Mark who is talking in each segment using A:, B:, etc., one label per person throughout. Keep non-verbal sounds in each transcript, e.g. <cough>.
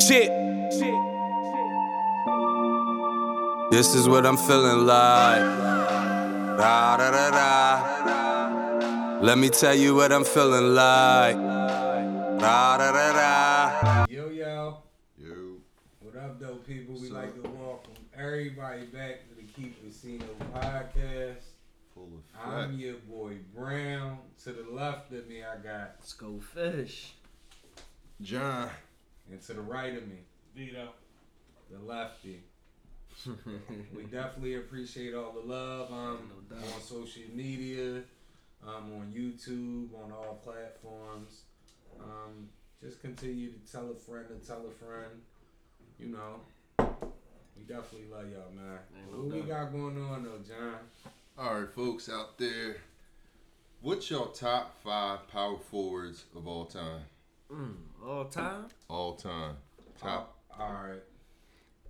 A: Shit. This is what I'm feeling like. Da, da, da, da. Let me tell you what I'm feeling like. Da, da, da, da.
B: Yo, yo.
C: Yo.
B: What up, though, people? We
C: What's
B: like to welcome everybody back to the Keep Casino podcast.
C: Full of
B: I'm
C: fat.
B: your boy Brown. To the left of me, I got,
D: Let's go fish.
C: John.
B: and to the right of me, Vito, the
D: <laughs>
B: lefty. we definitely appreciate all the love. Um,
D: No doubt.
B: on social media, um, on YouTube, on all platforms. Um, just continue to tell a friend to tell a friend. You know, we definitely love y'all, man.
D: Ain't no
B: What we got
D: doubt.
B: going on though, John?
C: All right, folks out there. What's your top five power forwards of all time?
D: Mm, all time?
C: All time. Top.
B: All right.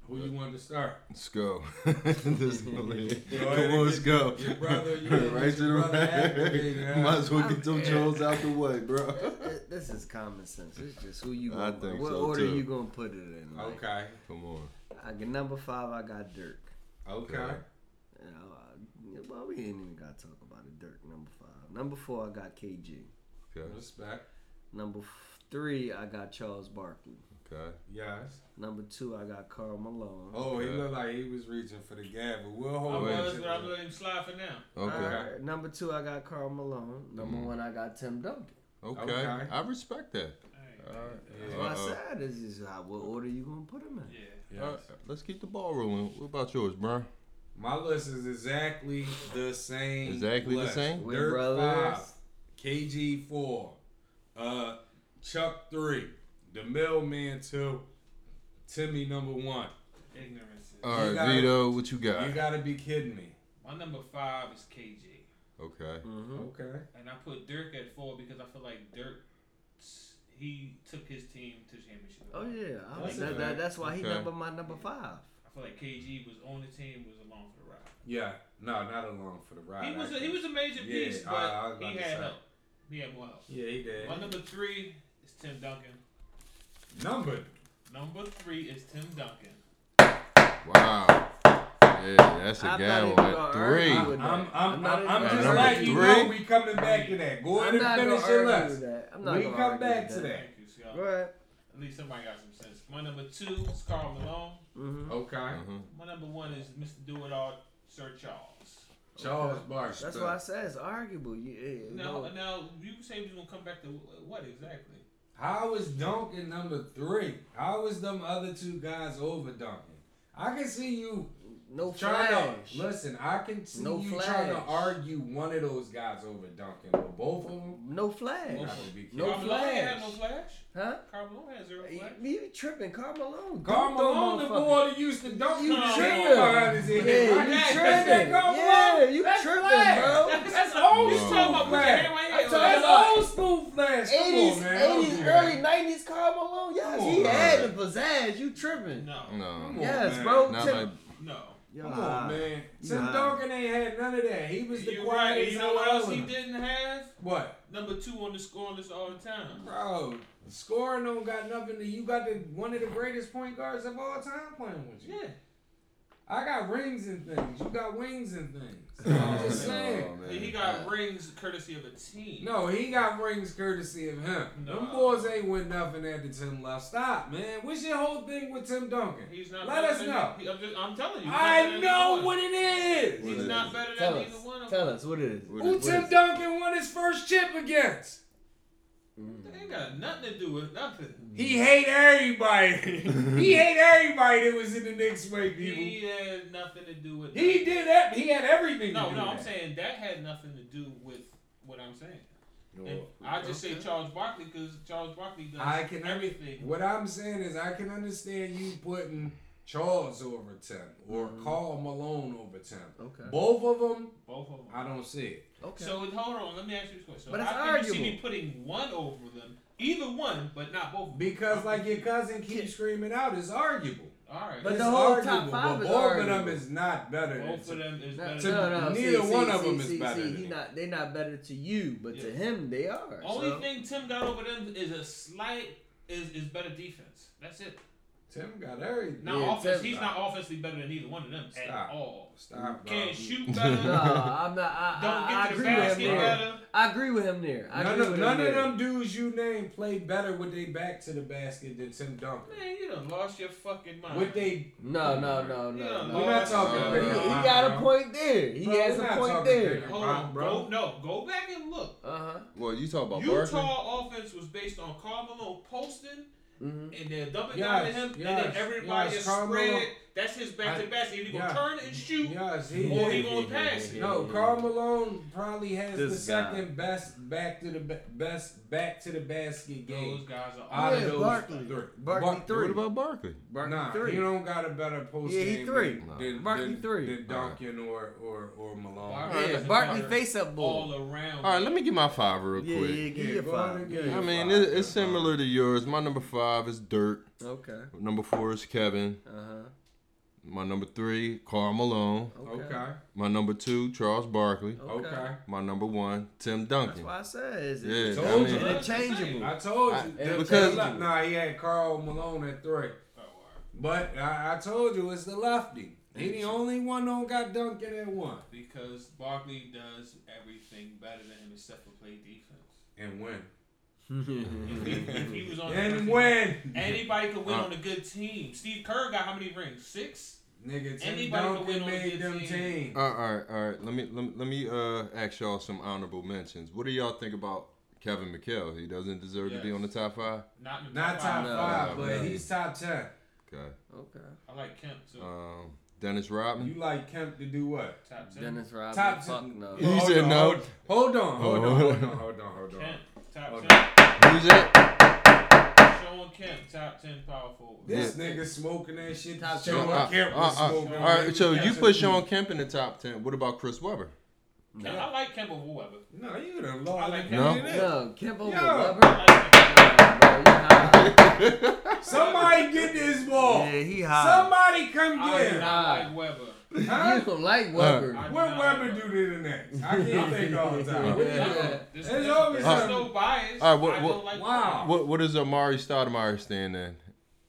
B: Who you want to start?
C: Let's go. <laughs> This lady. Come
B: ahead
C: on,
B: and
C: let's
B: get
C: go. <laughs>
B: your brother- you gotta
C: right
B: get
C: to
B: your
C: the
B: brother activated,
C: right.
B: huh?
C: Might as well get them
D: I'm-
C: Jones out the way, bro. <laughs>
D: Th- This is common sense. It's just who you
C: I
D: going to
C: think
D: What
C: so,
D: order
C: too.
D: you going to put it in? Like,
B: Okay.
C: Come on.
D: I got number five, I got Dirk.
B: Okay.
D: You know, I, well, we ain't even got to talk about it. Dirk, number five. Number four, I got KG.
C: Okay.
B: Respect.
D: Number f- three, I got Charles Barkley.
C: Okay.
B: Yes.
D: Number two, I got Carl Malone.
B: Oh, he
C: Okay.
B: looked like he was reaching for the gavel. We'll
E: I
B: hold
E: was,
B: on.
E: but I'm letting him slide for now.
C: Okay.
B: Alright.
D: Alright, Number two, I got Carl Malone. Number
C: Mm.
D: one, I got Tim Duncan.
C: Okay.
B: Okay.
C: I respect that.
E: Hey,
C: All right.
D: That's
B: Yeah.
D: what I
C: Uh-oh.
D: said. This is how, what order you gonna put him in?
E: yeah.
B: Yes.
C: All right, let's keep the ball rolling. What about yours, bro?
B: My list is exactly the same.
C: Exactly the
B: list.
C: same?
D: We're
B: Dirk
D: brothers.
B: five, KG four, uh, Chuck three, the Mailman two, Timmy number one.
E: Ignorance. is-
C: All right,
B: gotta-
C: Vito, what you got?
B: You gotta be kidding me.
E: My number five is KJ,
C: okay.
D: Mm-hmm.
B: Okay.
E: and I put Dirk at four because I feel like Dirk, he took his team to championship.
D: Oh yeah, I
B: That's
D: was, that,
B: okay.
D: that, that's why he
C: Okay.
D: number my number five.
E: I feel like KG was on the team, was along for the ride.
B: Yeah. No, not along for the ride.
E: he was a,
B: actually.
E: he was a major
B: Yeah,
E: piece,
B: I-
E: but
B: I was about
E: he
B: to
E: had
B: say.
E: help. He had more help.
B: Yeah, he did.
E: My number three is Tim Duncan.
B: Number.
E: Number three is Tim Duncan.
C: Wow. Yeah, that's a
D: I'm
C: gavel
D: not even
C: at
D: gonna
C: three.
D: argue
B: I'm,
D: with
B: I'm,
D: that.
B: I'm,
D: not
B: I'm, just
D: even gonna
C: Number
B: letting
D: argue
B: you
D: with
C: three?
B: know we coming back to that. Go
D: that.
B: ahead
D: I'm not
B: and
D: gonna
B: finish your
D: argue with
B: list.
D: that. I'm not
B: We
D: gonna
B: come
D: argue
B: back
D: with
B: to
D: that.
B: that.
E: Thank you,
D: Go
E: Scott.
D: ahead.
E: At least somebody got some sense. My number two is Carl Malone.
D: Mm-hmm.
B: Okay.
C: Uh-huh.
E: My number one is Mr. Do It All, Sir Charles.
B: Charles Barkley.
D: That's why I said it's arguable. You, it, it-
E: Now,
D: no.
E: now you say we gonna come back to wh- what exactly?
B: How is Duncan number three? How is them other two guys over Duncan? I can see you
D: no
B: trying
D: flash.
B: to listen. I can see
D: No
B: you trying to
D: flash.
B: argue one of those guys over Duncan, but both of them.
D: No flash.
B: Both of them.
D: No
E: Carl Malone had no
D: flash.
E: flash.
D: Huh?
E: Carl Malone had zero
D: You,
E: flash.
D: you tripping, Carl Malone?
B: Carl
D: Don't throw
B: Malone, the
D: motherfucker.
B: boy that used to dunk
D: You
B: on
D: tripping?
B: him behind his head.
D: Yeah,
B: Right?
D: you
B: That's
D: tripping.
B: that Carl
D: Yeah,
B: Malone.
D: you
B: That's
D: tripping,
B: flash.
D: bro.
B: That's old
C: You
B: school
C: talking about
E: put your hand
B: flash.
E: right here.
B: That's old school flash. Come on,
D: 80s,
B: man.
D: 80s,
B: Don't do
D: early
B: that.
D: 90s Carl Malone. Yes,
B: Come
D: he
B: on,
D: had
C: man.
D: the pizzazz. You tripping?
E: No,
B: Come
C: No.
B: on,
D: yes,
B: man.
D: bro.
C: Not
D: Tim-
C: like
E: no.
D: Yeah.
B: Come on, man. Tim
D: Nah.
B: Duncan ain't had none of that. He was the
E: You're right.
B: quietest.
E: and You know what
B: out
E: else
B: of
E: he
B: them.
E: didn't have?
B: What?
E: Number two on the score list all the time.
B: Bro, scoring don't got nothing to you got the one of the greatest point guards of all time playing with you.
E: Yeah.
B: I got rings and things. You got wings
C: <laughs>
B: and things. I'm
C: Oh,
B: just saying.
C: man.
E: He got rings courtesy of a team.
B: No, he got rings courtesy of him. Them
E: No.
B: boys ain't win nothing after Tim left. Stop, man. What's your whole thing with Tim Duncan?
E: He's not.
B: Let
E: better
B: us
E: than-
B: know.
E: he- I'm, just, I'm telling you. he's better
B: I
E: than
B: know
E: either
B: what
E: one.
B: it is.
C: What
E: He's
C: is
E: not
C: it?
E: better
D: Tell
E: than either one
D: us.
E: of
D: Tell
E: them.
D: us what it is.
C: What
B: Who
C: is it?
B: Tim Duncan won his first chip against?
D: Mm-hmm.
E: They ain't got nothing to do with nothing.
B: He hate <laughs> everybody. he hate everybody that was in the Knicks way, people.
E: He had nothing to do with.
B: He did that. He had everything.
E: No,
B: to do
E: no, I'm
B: that.
E: saying that had nothing to do with what I'm saying. And
B: No.
E: I just say Charles Barkley because Charles Barkley does
B: I can
E: everything.
B: What I'm saying is, I can understand you putting Charles over Tim or Carl Malone over Tim.
D: Okay.
B: Both of them,
E: Both of them.
B: I don't see it.
D: Okay.
E: So hold on, let me ask you this question. So
D: But it's
E: how can you see
D: arguable.
E: me putting one over them, either one, but not both. of them?
B: Because, like your cousin keeps screaming out, it's arguable.
E: all right,
D: But
B: It's
D: the whole top
B: arguable,
D: five
B: but
D: is
B: both of
D: arguable.
B: them is not better than
E: both of
B: Tim.
E: them is
D: No,
E: better.
B: to-
E: than-
D: no, no.
B: neither
D: see,
B: one
D: see,
B: of them
D: see,
B: is
D: see,
B: better
D: See,
B: than
D: he
B: him.
D: not, they not better to you, but to
E: Yeah.
D: him they are.
E: Only
D: so.
E: thing Tim got over them is a slight is is better defense. That's it.
B: Tim got everything.
E: Not
D: Yeah,
E: offense.
D: Tim-
E: He's not offensively better than either one of them
B: Stop.
E: at all.
B: Stop, bro.
E: Can't shoot
D: <laughs> No,
B: <laughs>
E: better.
D: I'm not. I,
E: Don't
D: I,
E: get
D: I
E: to the
D: agree with
E: basket
D: him there.
E: better.
D: I agree with him there. I
B: None
D: agree
B: of,
D: with
B: none
D: him
B: of
D: there.
B: them dudes you name played better with their back to the basket than Tim Duncan.
E: Man, you done lost your fucking mind.
B: With they,
D: No, no, no, no.
E: Yeah,
D: no.
B: we're not talking.
C: Uh,
D: He,
B: bigger
D: he
B: mind,
D: got a
B: bro.
D: point there. He
B: Bro, we're
D: has a
B: not
D: point
B: talking
D: there.
B: bigger.
E: Hold on,
B: Bro.
E: bro. No, go back and look.
D: Uh huh.
C: Well, you talk about Barkley.
E: Utah offense was based on Carmelo posting
D: Mm-hmm.
E: and then dumping down to
B: Yes,
E: him, and
B: yes,
E: then everybody
B: yes,
E: is
B: Carmelo-
E: spread. That's his back to
B: I-
E: basket. Either he
B: yeah.
E: gonna turn and shoot,
B: yes, he
E: or he
B: did.
E: gonna pass it.
B: No, Carl Malone probably has the
F: This guy.
B: second best back to the ba- best back to the basket
E: Those
B: game
E: guys are
B: out
D: Yeah,
B: of those
D: Barkley.
B: three.
D: Barkley
B: Bar-
D: three.
F: What about Barkley?
D: Barkley
B: nah,
D: three.
B: you don't got a better post
D: Yeah, he
B: game
D: three.
B: than-
F: Nah.
B: than,
D: Barkley
B: than,
D: three.
B: than Duncan or, or or Malone.
E: Barkley.
D: Yeah,
E: Alright.
D: Barkley face up ball.
E: all around.
C: All right, let me get my five real
D: Yeah,
C: quick.
D: yeah,
B: Yeah,
D: give you a
B: go ahead
D: five.
B: and give
D: Yeah.
B: you
C: I
B: a
C: mean,
B: five.
C: it, it's similar to yours. My number five is Dirk.
D: Okay.
C: Number four is Kevin.
D: Uh huh.
C: My number three, Carl Malone.
D: Okay.
B: Okay.
C: My number two, Charles Barkley.
D: Okay.
B: Okay.
C: My number one, Tim
D: That's
C: Duncan.
D: why I said it's
C: Yeah,
D: it's
B: I mean-
E: <laughs>
D: interchangeable. <laughs>
B: I told you.
C: I-
B: the-
C: because-
B: the le- nah, he had Carl Malone at three. But I, I told you it's the lefty. He the only one don't got Duncan at one.
E: Because Barkley does everything better than him except for play defense.
B: And win.
E: If he, if he was on the
B: And
E: team,
B: win.
E: anybody could win
C: Uh.
E: on a good team. Steve Kerr got how many rings? Six.
B: Nigga, Tim
E: Anybody can win
B: Duncan
E: on
B: made
E: this
B: them
E: team.
B: team.
C: Uh, all right, all right. Let me let me, let me uh, ask y'all some honorable mentions. What do y'all think about Kevin McHale? He doesn't deserve to be
E: Yes.
C: on the top five.
E: Not in the
B: Not top
D: No,
B: five,
C: no,
B: but
C: no.
B: he's top ten.
C: Okay.
D: Okay.
E: I like Kemp too.
C: Um, Dennis Rodman.
B: You like Kemp to do what?
E: top ten.
D: Dennis Rodman.
B: Top
D: fuck
B: ten.
D: no.
C: You said
B: on,
C: no.
B: Hold on, hold on,
C: Oh.
B: hold on, hold on, hold on.
E: Kemp. Top
B: Hold
E: ten.
C: Who's that?
E: Sean Kemp. Top ten power forward.
B: This nigga smoking that shit.
D: Top ten.
B: Sean
C: Uh,
B: Kemp was
C: uh, uh,
B: smoking.
C: all right. So you
B: Kemp's
C: put
B: a-
C: Sean Kemp in the top ten. What about Chris Webber? <laughs>
E: Now, I like Kemp over Weber.
B: No, you done lost.
E: I like
C: No.
B: Kemp.
D: No, Kemp over
B: Yo.
D: Weber.
E: I like Kemp.
D: Nah, bro, he high.
B: Somebody get this ball.
D: Yeah, he high.
B: Somebody come
E: I do
B: get him.
E: not like Weber.
D: You
B: Huh?
D: don't like Weber.
E: I do
B: What
E: not
B: Weber
E: like
B: do to the next? I can't think all the time. What
E: Weber.
B: you doing?
E: There's,
B: It's
E: there's,
B: always
E: there's
B: something.
E: no bias.
C: All right, what-
E: I
C: what-
E: don't like
B: Wow.
C: What What does Amari Stoudemire stand in,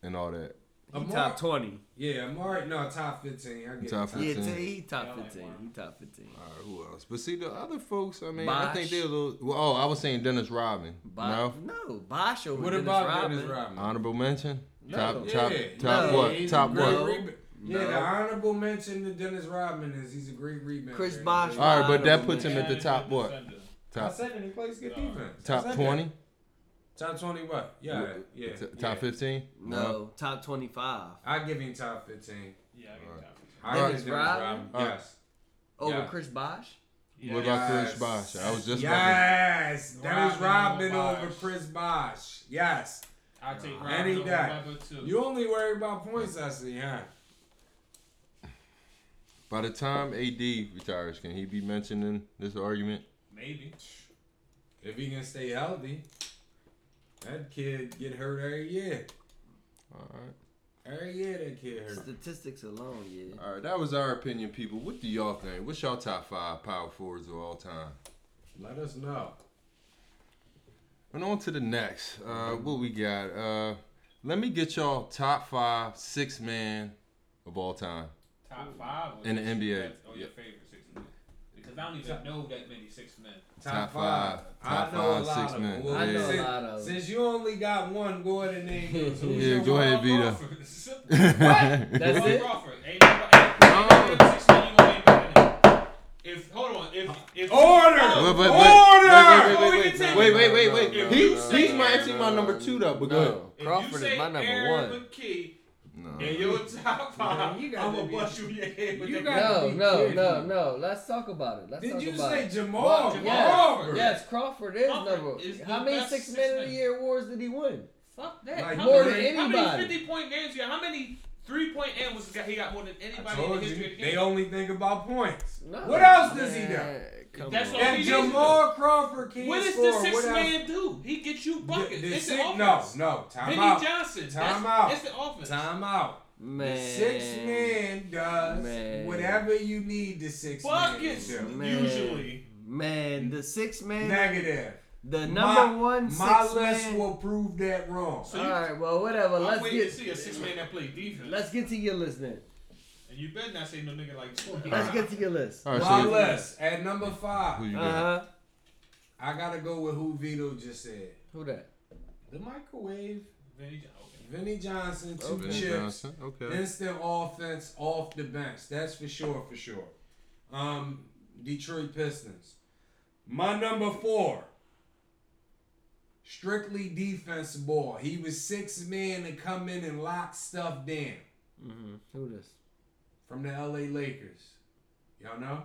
C: and all that?
D: He
B: Amari-
D: top twenty.
B: Yeah, Amari. No, top fifteen. I get
C: Top
B: top
D: Yeah,
C: 15.
D: t- he top
E: Yeah, like
D: fifteen. He top fifteen.
C: All right, who else? But see the other folks. I mean, I
D: Bosh.
C: think they're a little. Well, oh, I was saying Dennis Rodman.
D: Bosh,
C: No.
D: no. Bosh over
B: What
D: Dennis
B: about
D: Rodman.
B: Dennis Rodman?
C: Honorable mention. top
B: Yeah,
C: Uh, top
B: yeah,
C: top
D: no,
C: what?
B: he's
C: Top
B: a
C: what?
B: great
D: No.
B: reba- Yeah,
D: No.
B: the honorable mention to Dennis Rodman is he's a great rebounder.
D: Chris
B: He's a
D: Bosh.
B: great-
C: All right, but that
D: Honorable
C: puts him at the
E: Kemp is
C: top
E: a
C: what?
E: defender.
B: I
C: Uh, Top
B: said it, he plays good defense. I said
C: top
B: that.
C: twenty.
B: Top twenty what? Yeah, yeah.
C: T-
B: yeah.
C: Top fifteen.
D: No, top twenty-five
B: I give him top fifteen.
E: Yeah, I get top.
B: I
D: Dennis
B: give Dennis
D: Rodman?
B: Rodman.
C: All right.
B: Yes.
D: over
B: Yeah.
D: Chris Bosh.
E: Yeah.
C: What about
B: Yes.
C: Chris Bosh? I was just about
B: yes, Dennis Rodman
E: Rodman over
B: over
E: Bosh.
B: Chris Bosh. Yes,
E: I take
B: Any
E: Rodman over
B: guy.
E: Weber too.
B: you only worry about points, I see, huh?
C: to- By the time AD retires, can he be mentioned in this argument?
E: Maybe.
B: If he can stay healthy, that kid get hurt every year.
C: All right.
B: Every year that kid hurt.
D: Statistics alone, yeah.
C: All right. That was our opinion, people. What do y'all think? What's y'all top five power forwards of all time?
B: Let us know.
C: And on to the next. Uh, what we got? Uh, let me get y'all top five six man of all time.
E: Top five or
C: In the
E: six
C: NBA.
E: men? Or your favorite six men? Because I don't even know that many six men.
C: Top five. Top
B: I know
C: five,
B: a lot
C: six
B: of
C: men.
B: them. Well,
D: I know a
B: since,
D: lot of them.
B: Since you only got one, go ahead and
C: <laughs>
B: name yours. Who's
C: Yeah,
B: your
C: go
B: one?
C: ahead, Vito. <laughs> what?
D: That's
E: Roy
D: it?
E: Crawford. Ain't nobody, ain't nobody got six men you gonna name better than him. If hold on, if if
B: Order!
C: Wait,
E: Oh,
C: wait,
B: Order!
E: Order!
C: wait, wait,
E: No,
C: wait, wait, wait,
E: no,
C: wait,
D: no,
C: wait,
E: no,
C: wait. He,
E: no, no,
C: he's my
E: no,
C: actually my number two though, but go ahead.
D: no,
E: if you
D: Crawford
E: say
D: is my number
E: Aaron
D: one.
E: McKee
C: No.
B: Uh-huh.
E: in your top five,
B: you gotta
E: I'm gonna
B: be-
E: bust you in your head with
B: you
E: that.
B: gotta-
D: No, no,
B: kidding
D: no,
B: me.
D: no. Let's talk about it. Let's
B: Did
D: talk
B: you
D: about
B: say
D: it.
B: Jamal?
E: Jamal
D: yes,
B: Crawford?
D: yes, Crawford is
E: Crawford
D: number.
E: is
D: how
E: the
D: many
E: best
D: six
E: six
D: men of
E: man.
D: the year awards did he win?
E: Fuck that.
B: Like,
E: how
B: more
E: many,
D: than
E: How
D: anybody.
E: many 50 point games you got? How many three point and was this guy? He got more than
B: I
E: anybody in the
B: told
E: history
B: you,
E: of the
B: they
E: game.
B: only think about points.
D: No,
B: What else does he do?
D: man, Come
E: That's
D: on.
E: all
B: If
E: he
B: Jamal Crawford can't
E: what does
B: score,
E: the six
B: what else?
E: man do? He gets you buckets.
B: The- the
E: it's
B: six-
E: the
B: no,
E: offense.
B: no, time
E: Vinny
B: out.
E: Johnson.
B: Time
E: that's,
B: out.
E: That's the offense.
B: Time out.
D: man.
B: The six man does
D: Man.
B: whatever you need the six man
E: Buckets
B: to do.
D: Man.
E: usually.
D: Man, the six man.
B: Negative. My-
D: The number one six
B: My list
D: man.
B: will prove that wrong.
E: So you,
D: All right, well, whatever.
E: I'm
D: Let's
E: waiting to
D: get
E: see a six man that play defense.
D: let's get to your list then.
E: and you better not say no nigga like Tory.
D: Let's get to your list.
C: All right,
B: My
E: Why
C: so
E: left?
B: list at number
C: who
B: five.
C: you
D: Uh
C: got?
E: Uh-huh.
D: huh.
B: I gotta go with who Vito just said.
D: Who that?
B: The microwave.
E: Vinny John- okay.
B: Vinny Johnson, two
D: Okay.
C: Vinny
B: chips.
C: Johnson. Okay.
B: Instant offense off the bench. That's for sure, for sure. Um, Detroit Pistons. My number four. Strictly defense ball. He was six man to come in and lock stuff down
D: Mm-hmm. Who this?
B: from the LA Lakers. Y'all know?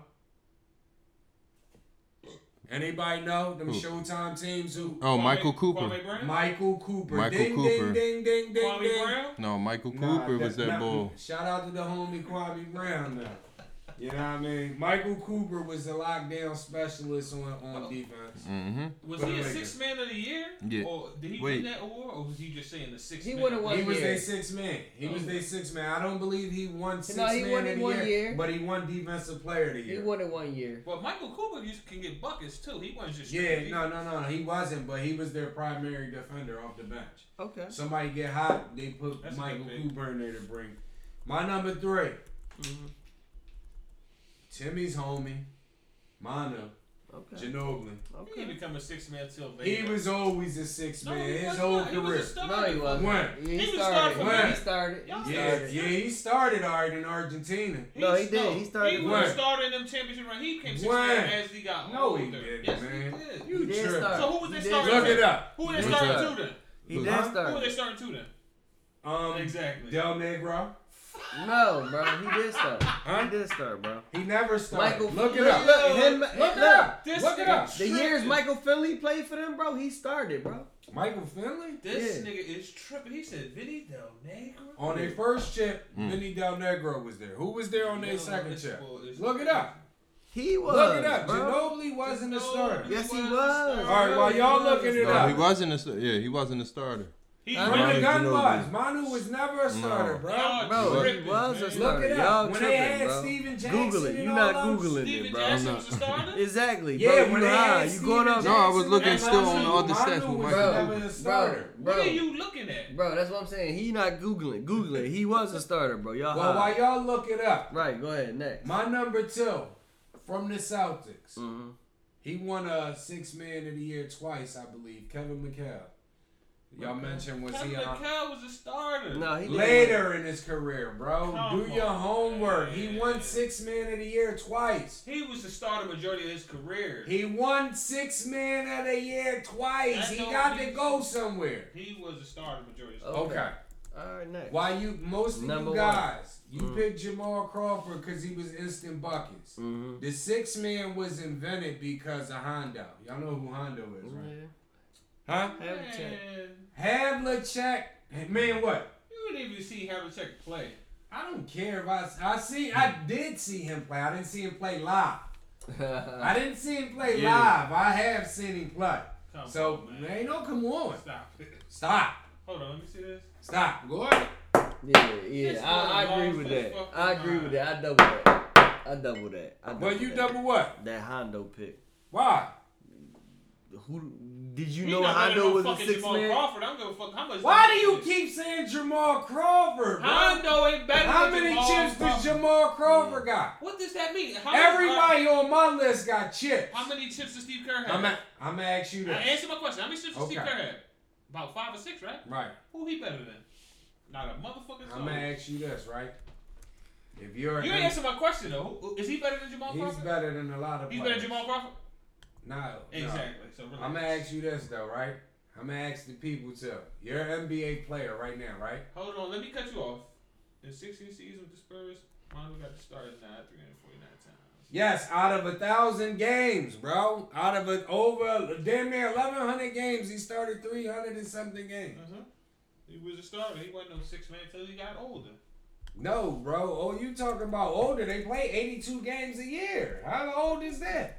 B: Anybody know them
C: Who?
B: Showtime teams who?
C: Oh,
E: Kwame-
C: Michael Cooper.
E: Kwame Brown?
B: Michael Cooper.
C: Michael
B: ding,
C: Cooper.
B: ding, ding, ding, ding,
E: Kwame
B: ding.
E: Brown?
C: No, Michael
B: Nah,
C: Cooper was that
B: nah,
C: ball.
B: Shout out to the homie Kwame Brown though. You know what I mean? Michael Cooper was the lockdown specialist on, on
D: Oh.
B: defense.
C: Mm-hmm.
E: Was
B: But
E: he a
B: like-
E: six man of the year?
C: Yeah.
E: Or did he
C: Wait.
E: win that award, or was he just saying the six?
D: He
E: man
D: would've
E: of the
D: won
B: He
E: year?
B: was
D: year.
B: their sixth man. He was their sixth man. I don't believe he won six
D: he
B: man
D: won
B: of
D: in
B: the
D: one
B: year,
D: year.
B: but he won defensive player of the
D: He
B: year.
D: won it one year.
E: But Michael Cooper used, can get buckets too. He wasn't just
B: yeah,
E: strictly
B: no, no, no, he wasn't, but he was their primary defender off the bench.
D: Okay.
B: Somebody get hot, they put
E: That's a
B: Michael
E: good pick.
B: Cooper in there to bring. My number three,
E: Mm-hmm.
B: Timmy's homie, Mono,
D: Okay.
B: Ginobili.
E: defense. He didn't become a six man till
B: He
E: later.
B: was always a six
E: No,
B: man
E: he
B: his
E: was
B: whole
E: not. He was
B: career.
E: a
D: No,
E: starter.
D: he wasn't.
B: When?
D: Yeah,
E: He
D: he,
E: was
D: started.
E: starting
B: when?
D: He started.
E: Yeah.
D: He
B: Yeah,
D: started.
B: yeah, he started already in Argentina.
D: No, he did. He started
E: He
B: when?
E: was starting them championship run. He came six
B: When?
E: man as he got
B: No,
E: older.
B: he didn't,
E: yes,
B: man.
E: he did.
D: He
B: You
D: did
B: tripping?
D: start.
E: So who was
D: He
E: they
D: did
E: starting
B: Look
D: start.
E: with?
B: it up.
E: Who they
D: Who's
E: starting
D: that?
E: to then?
D: He
C: Who?
D: did
B: Huh?
E: Who they
D: start.
E: starting to then?
B: Um,
E: Exactly.
B: Del Negro.
D: No, bro. He did start. He did start, bro.
B: He never started.
D: Michael-
B: look it up.
D: Look, him-
B: Look it
D: look,
B: up.
E: this
B: Look it
E: nigga-
B: up.
D: The years Michael Finley played for them, bro, he started, bro.
B: Michael Finley
E: This
D: Yeah.
E: nigga is tripping. He said Vinny Del Negro.
B: on their first chip.
C: Hmm.
B: Vinny Del Negro was there. Who was there on their
E: Yo,
B: second
E: this
B: chip?
E: boy is-
B: Look it up.
D: He was.
B: Look it up.
D: Bro.
B: Ginobili wasn't a
E: Ginobili.
B: starter.
D: Yes, he
E: He was.
D: was.
E: All
B: right,
D: bro.
B: while
D: He
B: y'all
D: was,
B: looking it
D: bro.
C: No,
B: up.
C: he wasn't a. star- Yeah, he wasn't a starter.
E: He
D: Huh?
B: When the
C: Manu
B: gun
C: Ginobili.
B: was, Manu was never a starter, bro.
E: Y'all
D: Bro, he
E: tripping,
D: was a
E: man.
D: starter.
B: Look it up.
D: Y'all
B: When they
D: tripping,
B: had
D: bro.
B: Steven
D: Google
B: Jackson
D: it.
B: and
D: You're
B: all
D: not
B: those-
D: googling it,
E: Steven
D: bro.
E: Jackson
C: I'm
E: was a
C: not-
E: starter.
D: Exactly,
B: Yeah,
D: bro.
B: when
D: You
B: they
D: high.
B: had
D: You
B: Steven
D: going up?
C: No, I was
B: Jackson
C: looking
B: and
C: still on
B: Manu.
C: all the stats with
B: Manu was
C: Michael
D: Bro,
B: never a
D: bro,
B: starter.
E: What are
D: bro,
E: you looking at?
D: bro. That's what I'm saying. He not googling. Google it. He was a starter, bro. Y'all
B: Well,
D: high.
B: while y'all look it up,
D: Right. Go ahead. Next.
B: my number two from the Celtics.
D: hmm
B: He won a six man of the year twice, I believe. Kevin McHale. Y'all mentioned was
E: Kevin
B: he on
E: McHale was a starter.
D: No, he didn't.
B: later in his career, bro.
E: Come
B: Do your
E: on,
B: homework. He won
E: man.
B: six man of the year twice.
E: He was the starter majority of his career.
B: He won six man of the year twice.
E: That
B: He
E: don't
B: got to
E: mean-
B: go somewhere.
E: He was the starter majority of his
D: Okay.
B: Okay.
D: All right. Next.
B: Why you most of
D: Number
B: you
D: one.
B: guys, you
D: Mhm.
B: picked Jamal Crawford because he was instant buckets.
D: Mm-hmm.
B: The six man was invented because of Hondo. Y'all know who Hondo is, right?
D: Yeah.
B: Huh?
E: career.
D: Havlicek.
E: Man,
B: Havlicek. Man, what?
E: you didn't even see Havlicek play.
B: I don't care if I, I see I
E: Hmm.
B: did see him play. I didn't see him play live.
E: Uh,
D: <laughs>
B: I didn't see him play
C: Yeah.
B: live. I have seen him play.
E: Come
B: So
E: on, man.
B: man, don't come on.
E: Stop it.
B: Stop.
E: Hold on, let me see this.
B: Stop. Go ahead.
D: yeah. Yeah.
E: This
D: I,
E: boy
D: I
E: lost
D: agree with
E: his
D: that.
E: fucking
D: I agree
E: mind.
D: with that. I double that. I double that. I double
B: Well, you
D: that.
B: double what?
D: that Hondo pick.
B: Why?
D: Who did you
E: He
D: know
E: not better
D: Hondo
E: than
D: was a
E: fucking
D: six
E: Jamal
D: man?
E: Crawford. I don't give a fuck how much.
B: Why do you keep saying Jamal Crawford? Bro?
E: Hondo ain't better
B: How
E: than
B: many
E: Jamal
B: chips does
E: Crawford.
B: Jamal Crawford got?
E: What does that mean? How many- uh,
B: Everybody on my list got chips.
E: How many chips does Steve Kerr have?
B: I'm gonna I'm gonna ask you
E: Now,
B: this.
E: answer my question. How many chips does Steve
B: Okay.
E: Kerr have? About five or six, right?
B: Right.
E: Who he better than? Not a motherfucking
B: I'm gonna
E: soul.
B: ask you this, right? If you're an
E: You ain't answer my question though. Who- who- Is he better than Jamal
B: He's
E: Crawford?
B: better than a lot of
E: He's better
B: players.
E: than Jamal Crawford.
B: No. Exactly.
E: Exactly. So relax.
B: I'm gonna ask you this though, right? I'm gonna ask the people too. You're an NBA player right now, right?
E: Hold on, let me cut you off. In 16 seasons with the Spurs, Rondo got the starting nine 349 times.
B: Yes, out of a thousand games, bro. Out of a, over damn near 1,100 games, he started 300 and something games.
E: Uh-huh. He was a starter. He wasn't no six man until he got older.
B: No, bro. Oh, you talking about older? They play 82 games a year. How old is that?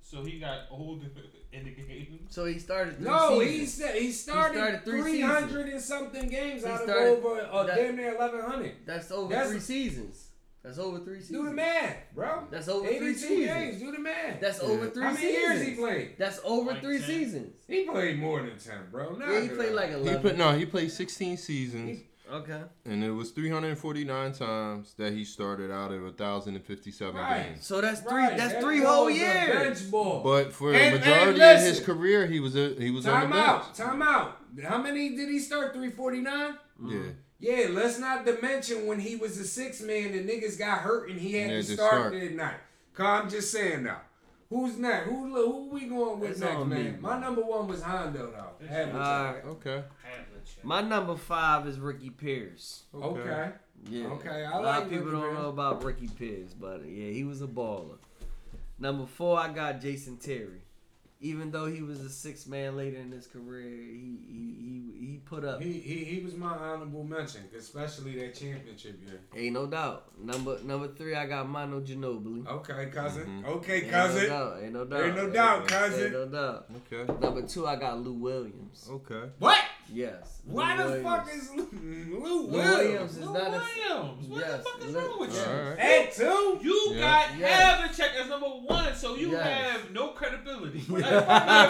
E: So he got <laughs> older in the game.
D: So he started. three
B: No, he
D: seasons.
B: said he started,
D: started three
B: 300 and something games
D: He
B: out
D: started-
B: of over uh,
D: that-
B: damn near 1,100.
D: That's over
B: That's-
D: three seasons. That's over three seasons.
B: Do the math, bro.
D: That's over three
B: 82
D: seasons.
B: games. Do the math.
D: That's over three
B: How many years he
D: seasons.
B: played?
D: That's over
E: Like
D: three
E: 10.
D: seasons.
B: He played more than ten, bro. Nah,
D: Yeah, he
B: bro.
D: played like
C: He
D: eleven.
C: put no. He played 16 seasons,
D: okay.
C: and it was 349 times that he started out of 1,057
B: Right.
C: games.
D: So that's three.
B: Right,
D: that's
B: that
D: three
B: boy
D: whole
B: was a
D: years.
B: Bench ball.
C: But for
B: And-
C: the
B: and
C: majority of
B: listen.
C: his career, he was a, he was on
B: Time
C: the bench.
B: out. Time out. How many did he start? 349?
C: Yeah.
D: Mm-hmm.
B: Yeah, let's not mention when he was a six man and niggas got hurt and he had
C: Yeah,
B: to
C: just
B: start
C: start.
B: that night. Cause I'm just saying now. Who's next? Who who we going with
D: It's
B: next,
D: on
B: man?
D: me,
B: My
D: man.
B: number one was Hondo though.
E: It's
B: Havlicek.
D: All right.
C: Okay.
E: Havlicek.
D: My number five is Ricky Pierce.
B: okay.
D: Yeah.
B: Okay, I
D: a lot
B: like
D: of people
B: Ricky
D: don't
B: Pierce.
D: know about Ricky Pierce, but yeah, he was a baller. Number four, I got Jason Terry. Even though he was a six man later in his career, he he he, he put up.
B: He, he he was my honorable mention, especially that championship year.
D: Ain't no doubt. Number number three, I got Mano Ginobili.
B: Okay, cousin.
C: Mhm.
B: Okay,
D: Ain't
B: cousin.
D: no doubt. Ain't no doubt.
B: Ain't no doubt, cousin.
D: Ain't no doubt.
C: Okay.
D: Number two, I got Lou Williams.
C: Okay.
B: What?
D: Yes. Lou
B: Why the
D: Williams.
B: fuck is Lou, Lou
D: Williams
B: Williams?
D: is
E: Lou
D: not a-
E: Williams. What
D: Yes,
E: the fuck is
D: look-
E: wrong with you?
C: All right.
B: At
D: <laughs>
B: two?
E: You
C: Yeah.
E: got
D: Yes.
E: Havlicek as number one, so you
D: Yes.
E: have no
D: <laughs>
E: credibility.
D: Yeah.
C: <laughs>
E: Like,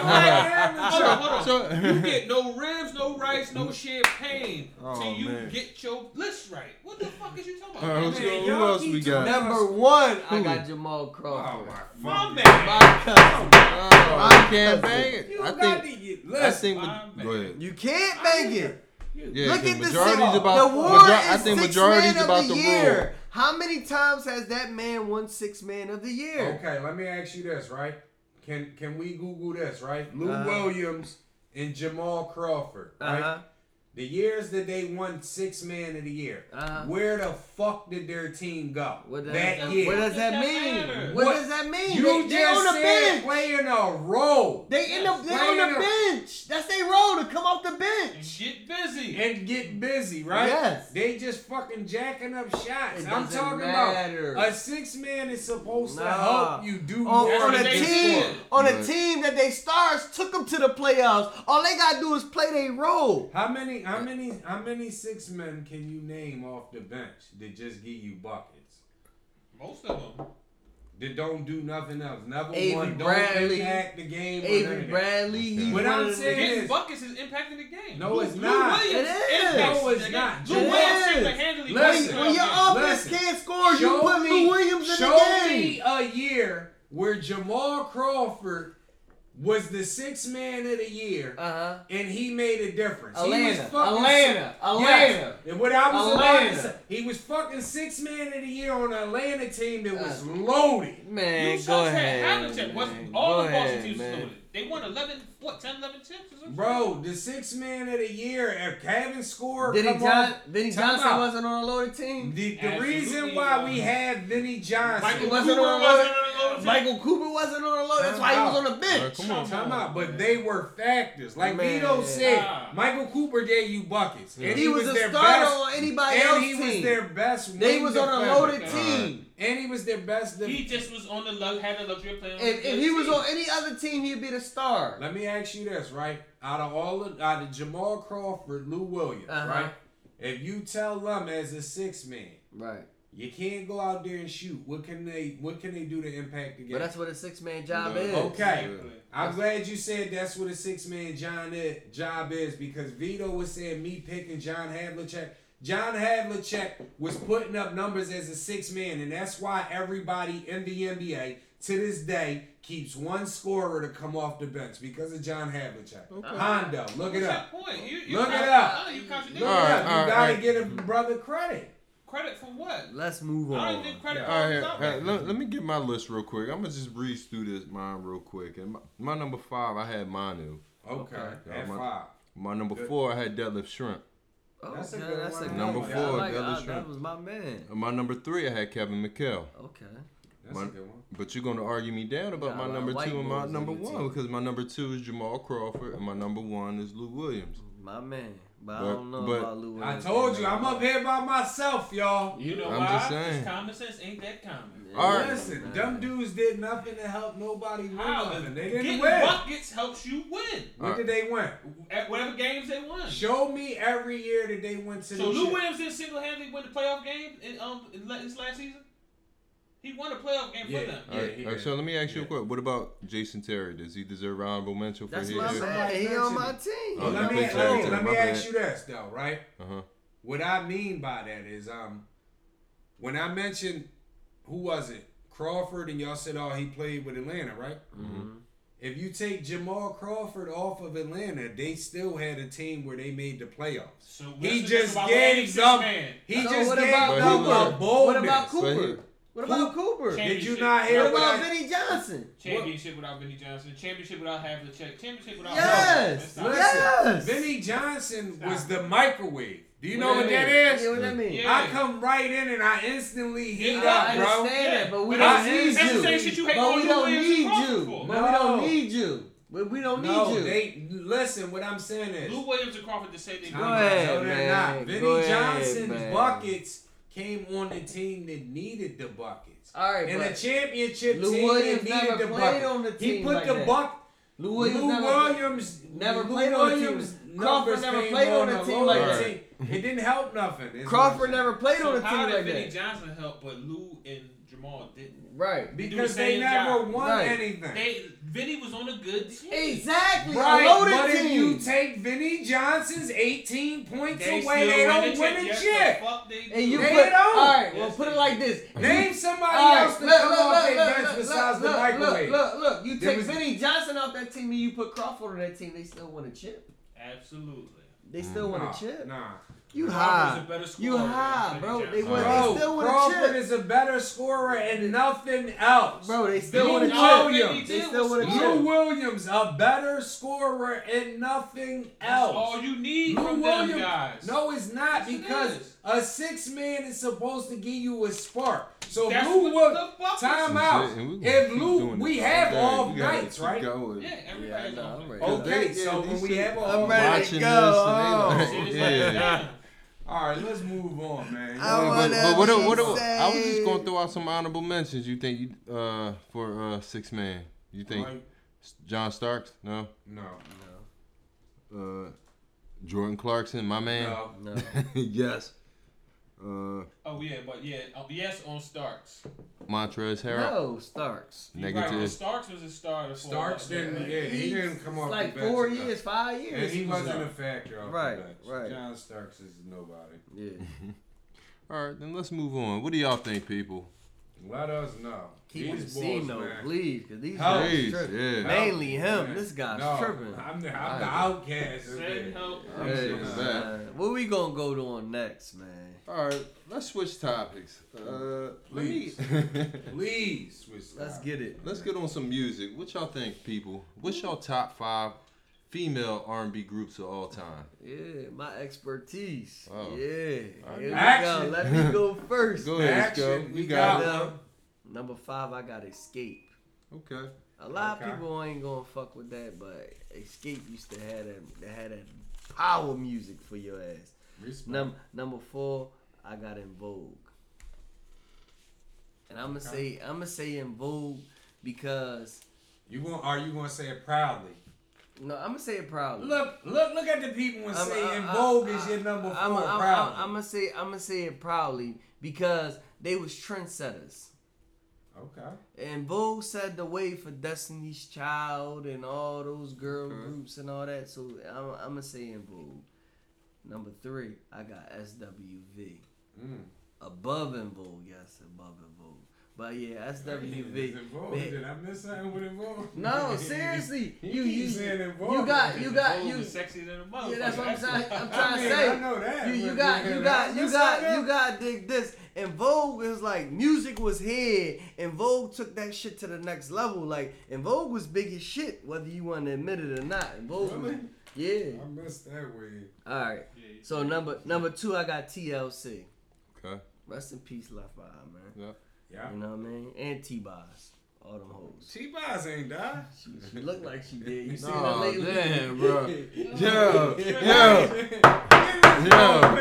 E: fucking- Hold on, hold on.
C: So- <laughs>
E: you get no ribs, no rice, no champagne
C: Oh,
E: till you
C: man. Uh,
E: get your list right. What the fuck is you talking
C: All right,
E: about?
C: let's
E: man?
C: go.
B: Man,
C: Who
B: y'all
C: else we
B: keep
C: got?
D: Number one, I
C: Who?
D: got Jamal
B: Oh
D: Crawford.
B: my
E: My
B: fucking
E: man.
D: My cousin.
C: Oh, I can't
D: cousin.
C: bang it.
B: You
C: I
B: got
C: think.
B: to get
C: I
B: listen.
C: think.
E: My
C: With,
E: man.
C: go ahead.
D: You can't make it.
C: Yeah,
D: Look
C: 'cause
D: at the
C: majority's
D: city.
C: about.
D: the war
C: major-
D: is
C: I think
D: six
C: majority's
D: man
C: about
D: of the,
C: the
D: year.
C: rule.
D: How many times has that man won six man of the year?
B: Okay, let me ask you this, right? Can can we Google this, right? Lou
D: Uh-huh.
B: Williams and Jamal Crawford, right?
D: Uh-huh.
B: The years that they won six man of the year,
D: Uh-huh.
B: where the fuck did their team go
D: What does
B: that
D: that,
B: year?
D: what does
E: Does
D: that
E: that
D: mean?
E: matter?
D: What,
B: What?
D: does that mean?
B: you just
D: they, they on the
B: said
D: bench.
B: playing a role
D: They in the
E: Yes,
D: they on the
B: player.
D: bench. That's their role to come off the
E: And
D: bench.
E: get busy.
B: and get busy, right?
D: Yes.
B: They just fucking jacking up shots.
D: It
B: I'm
D: doesn't
B: talking
D: matter.
B: about a six man is supposed to
D: Nah.
B: help you do
D: On,
B: more
D: on a
E: what
B: than
E: they
D: team,
E: scored.
D: on a
C: Right.
D: team that they stars took them to the playoffs. All they gotta do is play their role.
B: How many how many how many six men can you name off the bench that just give you buckets?
E: Most of them.
B: That don't do nothing else. Never
D: Avery
B: one don't
D: Bradley.
B: impact the game. or none
D: Avery
B: of that.
D: Bradley, he
C: Okay.
B: What
D: one
B: I'm
D: of the
B: saying
D: niggas-
E: Getting
B: is-
E: buckets is impacting the game.
B: No,
E: Lou-
B: it's
E: Lou
B: not.
D: It
E: Williams
D: is.
E: impacts
B: No, it's
E: the game.
B: not.
E: Lou
D: It
E: Williams
D: is.
E: seems to handle it
B: Listen,
E: better.
D: When your
B: Listen.
D: offense can't score, you
B: Show
D: put
B: me-
D: Lou Williams in
B: show
D: the game.
B: me a year where Jamal Crawford was the sixth man of the year.
D: Uh-huh.
B: and he made a difference. he was
D: Atlanta,
B: fucking
D: Atlanta, Atlanta.
B: And what I was about
D: Atlanta.
B: to say, he was fucking six man of the year on an Atlanta team that was loaded.
D: Man,
E: you
D: go
E: should
D: ahead.
E: have Havlicek.
D: man.
E: wasn't- All
D: Go
E: the Boston
D: ahead,
E: teams
D: man.
E: was doing it. They won 11, what, 10, 11 tips or something?
B: Bro, the six man of the year, if Kevin scored,
D: Vinny,
B: come
D: John-
B: on,
D: Vinny
B: time
D: Johnson
B: out.
D: wasn't on a loaded team.
B: The, the
E: Absolutely
B: reason why we
E: wasn't.
B: had Vinny Johnson.
E: Michael
D: He wasn't
E: Cooper
D: on-
E: wasn't on the
D: Michael Cooper wasn't on a loaded.
B: Time
D: That's why he was
B: out.
D: on the bench.
C: All right, come on.
B: Time out, but they were factors. Like
D: Man.
B: Vito said,
E: Ah.
B: Michael Cooper gave you buckets. And
D: He was a
B: their
D: starter
B: best.
D: on anybody
B: And
D: else's
B: he was
D: team.
B: their best.
D: they
B: wing
D: was on a
B: defender.
D: loaded
E: All
D: team.
B: And he was their best. def-
E: He just was on the lug, had the luxury of playing. on
D: If,
E: the
D: if he was
E: team.
D: on any other team, he'd be the star.
B: Let me ask you this, right? Out of all of, out of Jamal Crawford, Lou Williams,
D: Uh-huh.
B: right? If you tell them as a six man,
D: Right,
B: you can't go out there and shoot. What can they what can they do to impact the game?
D: but that's what a six man job
C: No.
D: is.
B: Okay.
E: Exactly.
B: I'm glad you said that's what a six man John i- job is because Vito was saying me picking John Havlicek. John Havlicek was putting up numbers as a six man, and that's why everybody in the NBA to this day keeps one scorer to come off the bench because of John Havlicek. Hondo, look it
E: What's
B: up.
E: that point? You, you
B: Look it
E: contra-
B: up.
E: I know You contradict
B: Look
C: All right,
B: it up.
C: all right,
B: you gotta
C: all right.
B: get a brother credit.
E: Credit for what?
D: Let's move
E: I
D: on.
E: don't give credit
B: Yeah.
E: for
C: All right, here,
E: what's out
C: here,
E: there.
C: let, let me get my list real quick. I'm gonna just breeze through this mine real quick. And my, my number five, I had Manu.
B: Okay.
C: Yeah,
B: At
C: my-
B: five.
C: My number
B: Good.
C: four, I had Deadlift Shrimp.
D: Okay,
B: That's a good one.
C: Number
D: one. I
C: four,
D: like-
C: Dallas
D: I-
C: Shrimp.
D: that was my man.
C: And my number three, I had Kevin McHale.
D: Okay.
B: That's
C: My-
B: a good one.
C: But you're gonna argue me down about
D: Got a
C: my
D: lot of
C: number
D: white
C: two and my
D: boys on
C: number
D: your
C: one
D: team.
C: because my number two is Jamal Crawford and my number one is Lou Williams.
D: My man. But, I
C: But-
D: don't know
C: but-
D: about Lou.
B: I
D: Williams.
B: told you, I'm up here by myself, y'all.
E: You know
C: I'm
E: why?
C: just saying.
E: 'Cause common sense ain't that common.
D: Yeah,
C: All right.
B: Listen,
D: man.
B: dumb dudes did nothing to help nobody win
E: How?
B: nothing. They
E: Getting
B: didn't win.
E: buckets helps you win.
B: When did they win?
E: At whatever games they won.
B: Show me every year that they went to
E: So
B: the
E: Lou
B: chip.
E: Williams didn't single handedly win the playoff game in um in la- this last season? He won a playoff game
B: Yeah.
E: for them.
C: All right,
B: Yeah,
C: all right,
B: yeah.
C: so let me ask you a
B: Yeah.
C: quick. What about Jason Terry? Does he deserve honorable mention for
D: That's
C: his?
D: my
B: Yeah.
D: man. He on my team.
C: Oh,
B: let
C: you
B: me,
C: think
B: let me,
C: so?
B: let me
C: My
B: ask
C: bad.
B: you this though, right?
C: Uh-huh.
B: What I mean by that is, um, when I mentioned who was it Crawford, and y'all said, "Oh, he played with Atlanta," right? If you take Jamal Crawford off of Atlanta, they still had a team where they made the playoffs.
E: So
B: He
E: listen,
B: just
E: about
B: gave
E: 86
B: them.
E: man.
B: He
D: So
B: just
D: what
B: gave
D: about
B: them a
C: Cooper?
B: boldness.
D: What about Cooper?
C: But
D: What about Cooper?
E: Chan-
B: Did you not hear
D: What
B: what
D: about
B: I?
D: Vinny Johnson?
E: Championship without Vinny Johnson. Championship without Havlicek. Championship without
D: Yes.
E: Havlicek. That's not-
D: Yes.
B: Vinny Johnson
E: Stop.
B: was the microwave. Do you know
E: Yeah.
B: what that
D: You
B: is?
D: know what I mean?
E: Yeah.
B: I come right in and I instantly heat
E: Yeah,
B: up,
D: I
B: bro.
D: understand that, but we don't
E: But that's-
D: need
E: that's the
D: you.
E: same shit you hate
D: but
E: on
D: we
E: Lou
D: don't
E: Williams
D: need
E: and Crawford
D: you.
E: for.
D: But we don't
B: No.
D: need you. But we don't need
B: No,
D: you.
B: they listen. What I'm saying is,
E: Lou Williams and Crawford just said they
B: No,
D: Go
E: won.
D: ahead,
B: no, they're
D: man.
B: not. Vinny
D: Go ahead,
B: Johnson's
D: man.
B: buckets came on the team that needed the buckets.
D: All right,
B: In
D: but
B: the championship
D: Lou
B: team
D: Williams
B: that needed
D: never
B: the
D: played
B: bucket.
D: on the
B: he
D: team
B: put
D: like
B: the
D: that.
B: buck.
D: Lou
B: Lou
D: Williams never,
B: Williams
D: never
B: Lou
D: played on the team.
B: Williams
D: Crawford
B: numbers
D: never
B: came
D: played on a
B: the
D: team
B: low
D: like
B: end
C: that.
B: team. It didn't help nothing. is what I'm
D: Crawford
B: saying.
D: never played
E: So
D: on a
E: how
D: team
E: did
D: like
E: Vinny
D: that.
E: Johnson help, but Lou and Jamal didn't?
D: Right.
B: because
E: the
B: they
E: same
B: never
E: job.
B: won
D: Right.
B: anything.
E: They Vinny was on a good team.
D: Exactly.
B: Right,
D: A loaded
B: but if
D: team.
B: you take Vinny Johnson's 18 points away,
E: still
B: they don't
E: the
B: win
E: chip.
B: a
E: Yes,
B: chip.
E: the fuck they
D: and you
E: do.
B: They
D: put,
B: don't.
D: all right. Well,
E: Yes,
D: put it
E: they
D: like
E: do.
D: this.
B: Name somebody
D: All right,
B: else
D: look,
B: to
D: look,
B: come off
D: look,
B: their
D: look,
B: bench
D: look,
B: besides
D: look,
B: the microwave.
D: Look, look, look. You
B: There
D: take
B: was-
D: Vinny Johnson off that team and you put Crawford on that team, they still want a chip.
E: Absolutely.
D: They still want
B: Mm, Nah,
D: a chip.
B: Nah.
D: You
E: Crawford's
D: high.
E: a better scorer
D: You
E: than
D: high,
E: Vinny
D: bro. They
E: Johnson.
B: Bro,
D: want. They still want a
B: Crawford
D: chip.
B: is a better scorer and nothing else.
D: Bro, they
E: They
D: still
B: Lou
D: want a
E: wanna
D: chip.
E: know
B: Williams.
E: what
D: They
E: did
D: still
E: was
D: wanna
E: score.
D: chip.
B: Lou Williams, a better scorer and nothing
E: That's
B: else.
E: all you need
B: Lou
E: from
B: Williams.
E: them guys.
B: No, it's not
E: Yes, it
B: because
E: is.
B: a six man is supposed to give you a spark. So
E: That's
B: Lou
E: what
B: Wil-
E: the fuck is-
B: time out.
C: And we gonna
B: If
C: keep
B: Lou,
C: doing
B: we
C: this
B: have
C: all day.
B: off
C: We gotta
B: nights,
C: keep
B: right?
C: going.
E: Yeah,
D: Yeah, I
E: everybody's
D: know,
E: off.
D: I'm
E: it. <laughs>
D: ready.
B: Oh, Okay,
C: They-
B: so
C: they
B: when we
C: sit
B: have a-
D: I'm ready to
C: watching
D: go.
C: this
E: Oh, Shit,
C: and
E: it's
C: they
E: like,
C: like, <laughs> yeah.
E: damn.
B: All right, let's move on, man.
D: I
C: But,
D: wanna
C: but what,
D: be
C: what, what, I was just
D: saved.
C: going to throw out some honorable mentions. You think you uh for uh six man? You think
B: Like,
C: John Starks? No.
B: no,
C: Uh, Jordan Clarkson, my man.
B: no.
D: No.
C: <laughs> yes. Uh,
E: Oh yeah, but yeah, uh, yes on Starks.
C: Montrez Harrell.
D: No, Starks.
E: You're Right, but
C: Negative.
E: Starks was a starter. For
B: Starks didn't. Yeah, he didn't come
D: It's
B: off
D: like
B: the bench
D: four
B: or nothing.
D: years, five years.
B: And he
D: was
B: wasn't
D: up.
B: a factor off
D: Right,
B: the bench.
D: right.
B: John Starks is nobody.
D: Yeah.
C: All right, then let's move on. What do y'all think, people?
B: Let us know.
D: Keep it
B: These
D: seen
B: boys,
D: though,
B: man.
D: please, because these
B: Help.
D: guys
C: Please,
D: tripping.
C: yeah.
B: Help
D: Mainly
B: me,
D: him.
B: man.
D: This guy's
B: no,
D: tripping.
B: I'm the,
C: Right.
B: I'm the outcast. of
E: Send
B: it.
E: help.
C: I'm
D: Hey,
C: sick of that.
D: man. Uh, What we gonna go to on next, man?
C: All right, let's switch topics. Uh, let me-
B: Please, Swiss
D: Let's
B: Cop.
D: get it.
C: <laughs> let's get on some music. What y'all think, people? What's your top five female R&B groups of all time?
D: Yeah, my expertise.
C: Oh.
D: Yeah. Here we go.
B: Action.
D: Let
B: <laughs>
D: me go first.
C: Go ahead,
B: Action,
C: Scout.
B: we
C: You got
B: got
C: it.
D: Now, number five, I got escape.
C: Okay.
D: A lot
B: Okay.
D: of people ain't gonna fuck with that, but escape used to have that. They had that power music for your ass.
B: Respect.
D: Num- number four, I got in Vogue. And I'm gonna say I'm gonna say in Vogue because
B: You going Are you gonna say it proudly?
D: no, I'm gonna say it proudly.
B: Look, look, look at the people and
D: I'm-
B: say
D: I-
B: "In
D: I-
B: Vogue"
D: I-
B: is your number 4
D: I'm, I'm,
B: proudly.
D: I'm, gonna say I'm gonna say it proudly because they was trendsetters.
B: okay.
D: And Vogue set the way for Destiny's Child and all those girl groups and all that. So I'm, I'm gonna say in Vogue. Number three, I got SWV.
B: Mm.
D: Above in Vogue, yes, above in Vogue. But yeah,
B: Is
D: SWV.
B: it Vogue?
D: man.
B: Did I miss something with Vogue? <laughs>
D: No, seriously,
B: He
D: you
B: keeps
D: you
B: saying in Vogue.
D: you got you got
E: Cole
D: you.
E: was sexier than a motherfucker.
D: Yeah, that's what I'm trying. I'm
B: I
D: trying
B: mean,
D: to say.
B: I know that.
D: You, you
B: but
D: got
B: did
D: you
B: I
D: got you
B: miss
D: got
B: something?
D: you got dig this and Vogue is like music was here and Vogue took that shit to the next level like and Vogue was big as shit whether you want to admit it or not and Vogue was-
B: Really?
D: yeah
B: I missed that wave.
D: all right
E: Yeah,
D: so number number two I got TLC
C: Okay.
D: rest in peace Left Eye man
B: Yeah.
D: you know what I mean and T Boz all them hoes.
B: She buys ain't die.
D: She, she looked like she did. You seen
C: Nah,
D: her lately?
C: damn, bro.
D: Yeah.
C: Yo, yo, yo. Yo,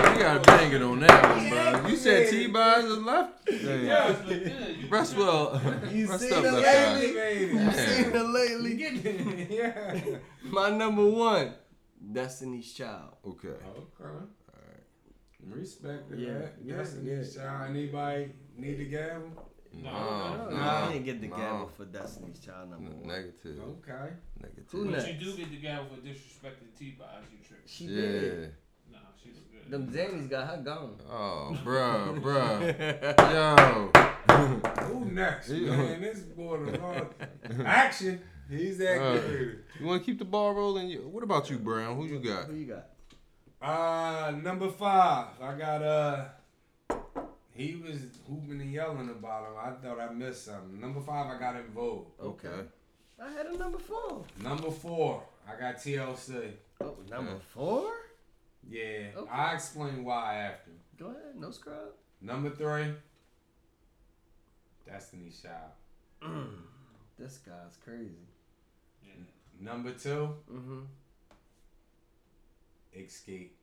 C: we gotta bang it on that one, bro. You said T Boz is left?
E: Yeah,
C: Damn.
E: it's like, yeah, you-
C: Rest well.
D: You
C: <laughs> Rest
D: seen
C: up,
D: the
C: left
D: lady?
C: eye.
D: You
B: Yeah.
D: seen her lately?
B: yeah.
D: My number one, Destiny's Child.
C: Okay.
B: Okay. Respect
D: Yeah,
B: that.
D: yeah,
B: Yes,
D: yeah.
B: yes. Child, anybody need the gavel?
C: No,
E: No,
D: I
C: no.
D: didn't get the
C: no.
D: gavel for Destiny's Child number one.
C: Negative.
B: Okay.
D: Who
C: Negative.
D: next?
E: <laughs> But you do get the gavel for disrespecting T Boz, you tripping.
D: She did.
C: Yeah.
E: Nah, she was good.
D: Them Zannies got her
C: <laughs>
D: gone.
C: Oh,
D: <laughs>
C: bruh, bruh. Yo.
B: Who next,
C: Ew.
B: man? This boy the wrong action. He's that
C: Uh.
B: good.
C: You want to keep the ball rolling? You- What about you, Brown? Who you got?
D: Who you got?
B: Uh, number five. I got uh. He was hooping and yelling about him. I thought I missed something. Number five, I got involved.
C: Okay.
D: I had a number four.
B: Number four, I got TLC.
D: Oh, number
C: Yeah.
D: four?
B: Yeah,
D: Okay.
B: I explain why after.
D: Go ahead, no scrub. <clears throat>
B: Number three, Destiny Child.
D: This guy's crazy.
E: Yeah.
B: Number two,
D: Mm-hmm.
B: Escape.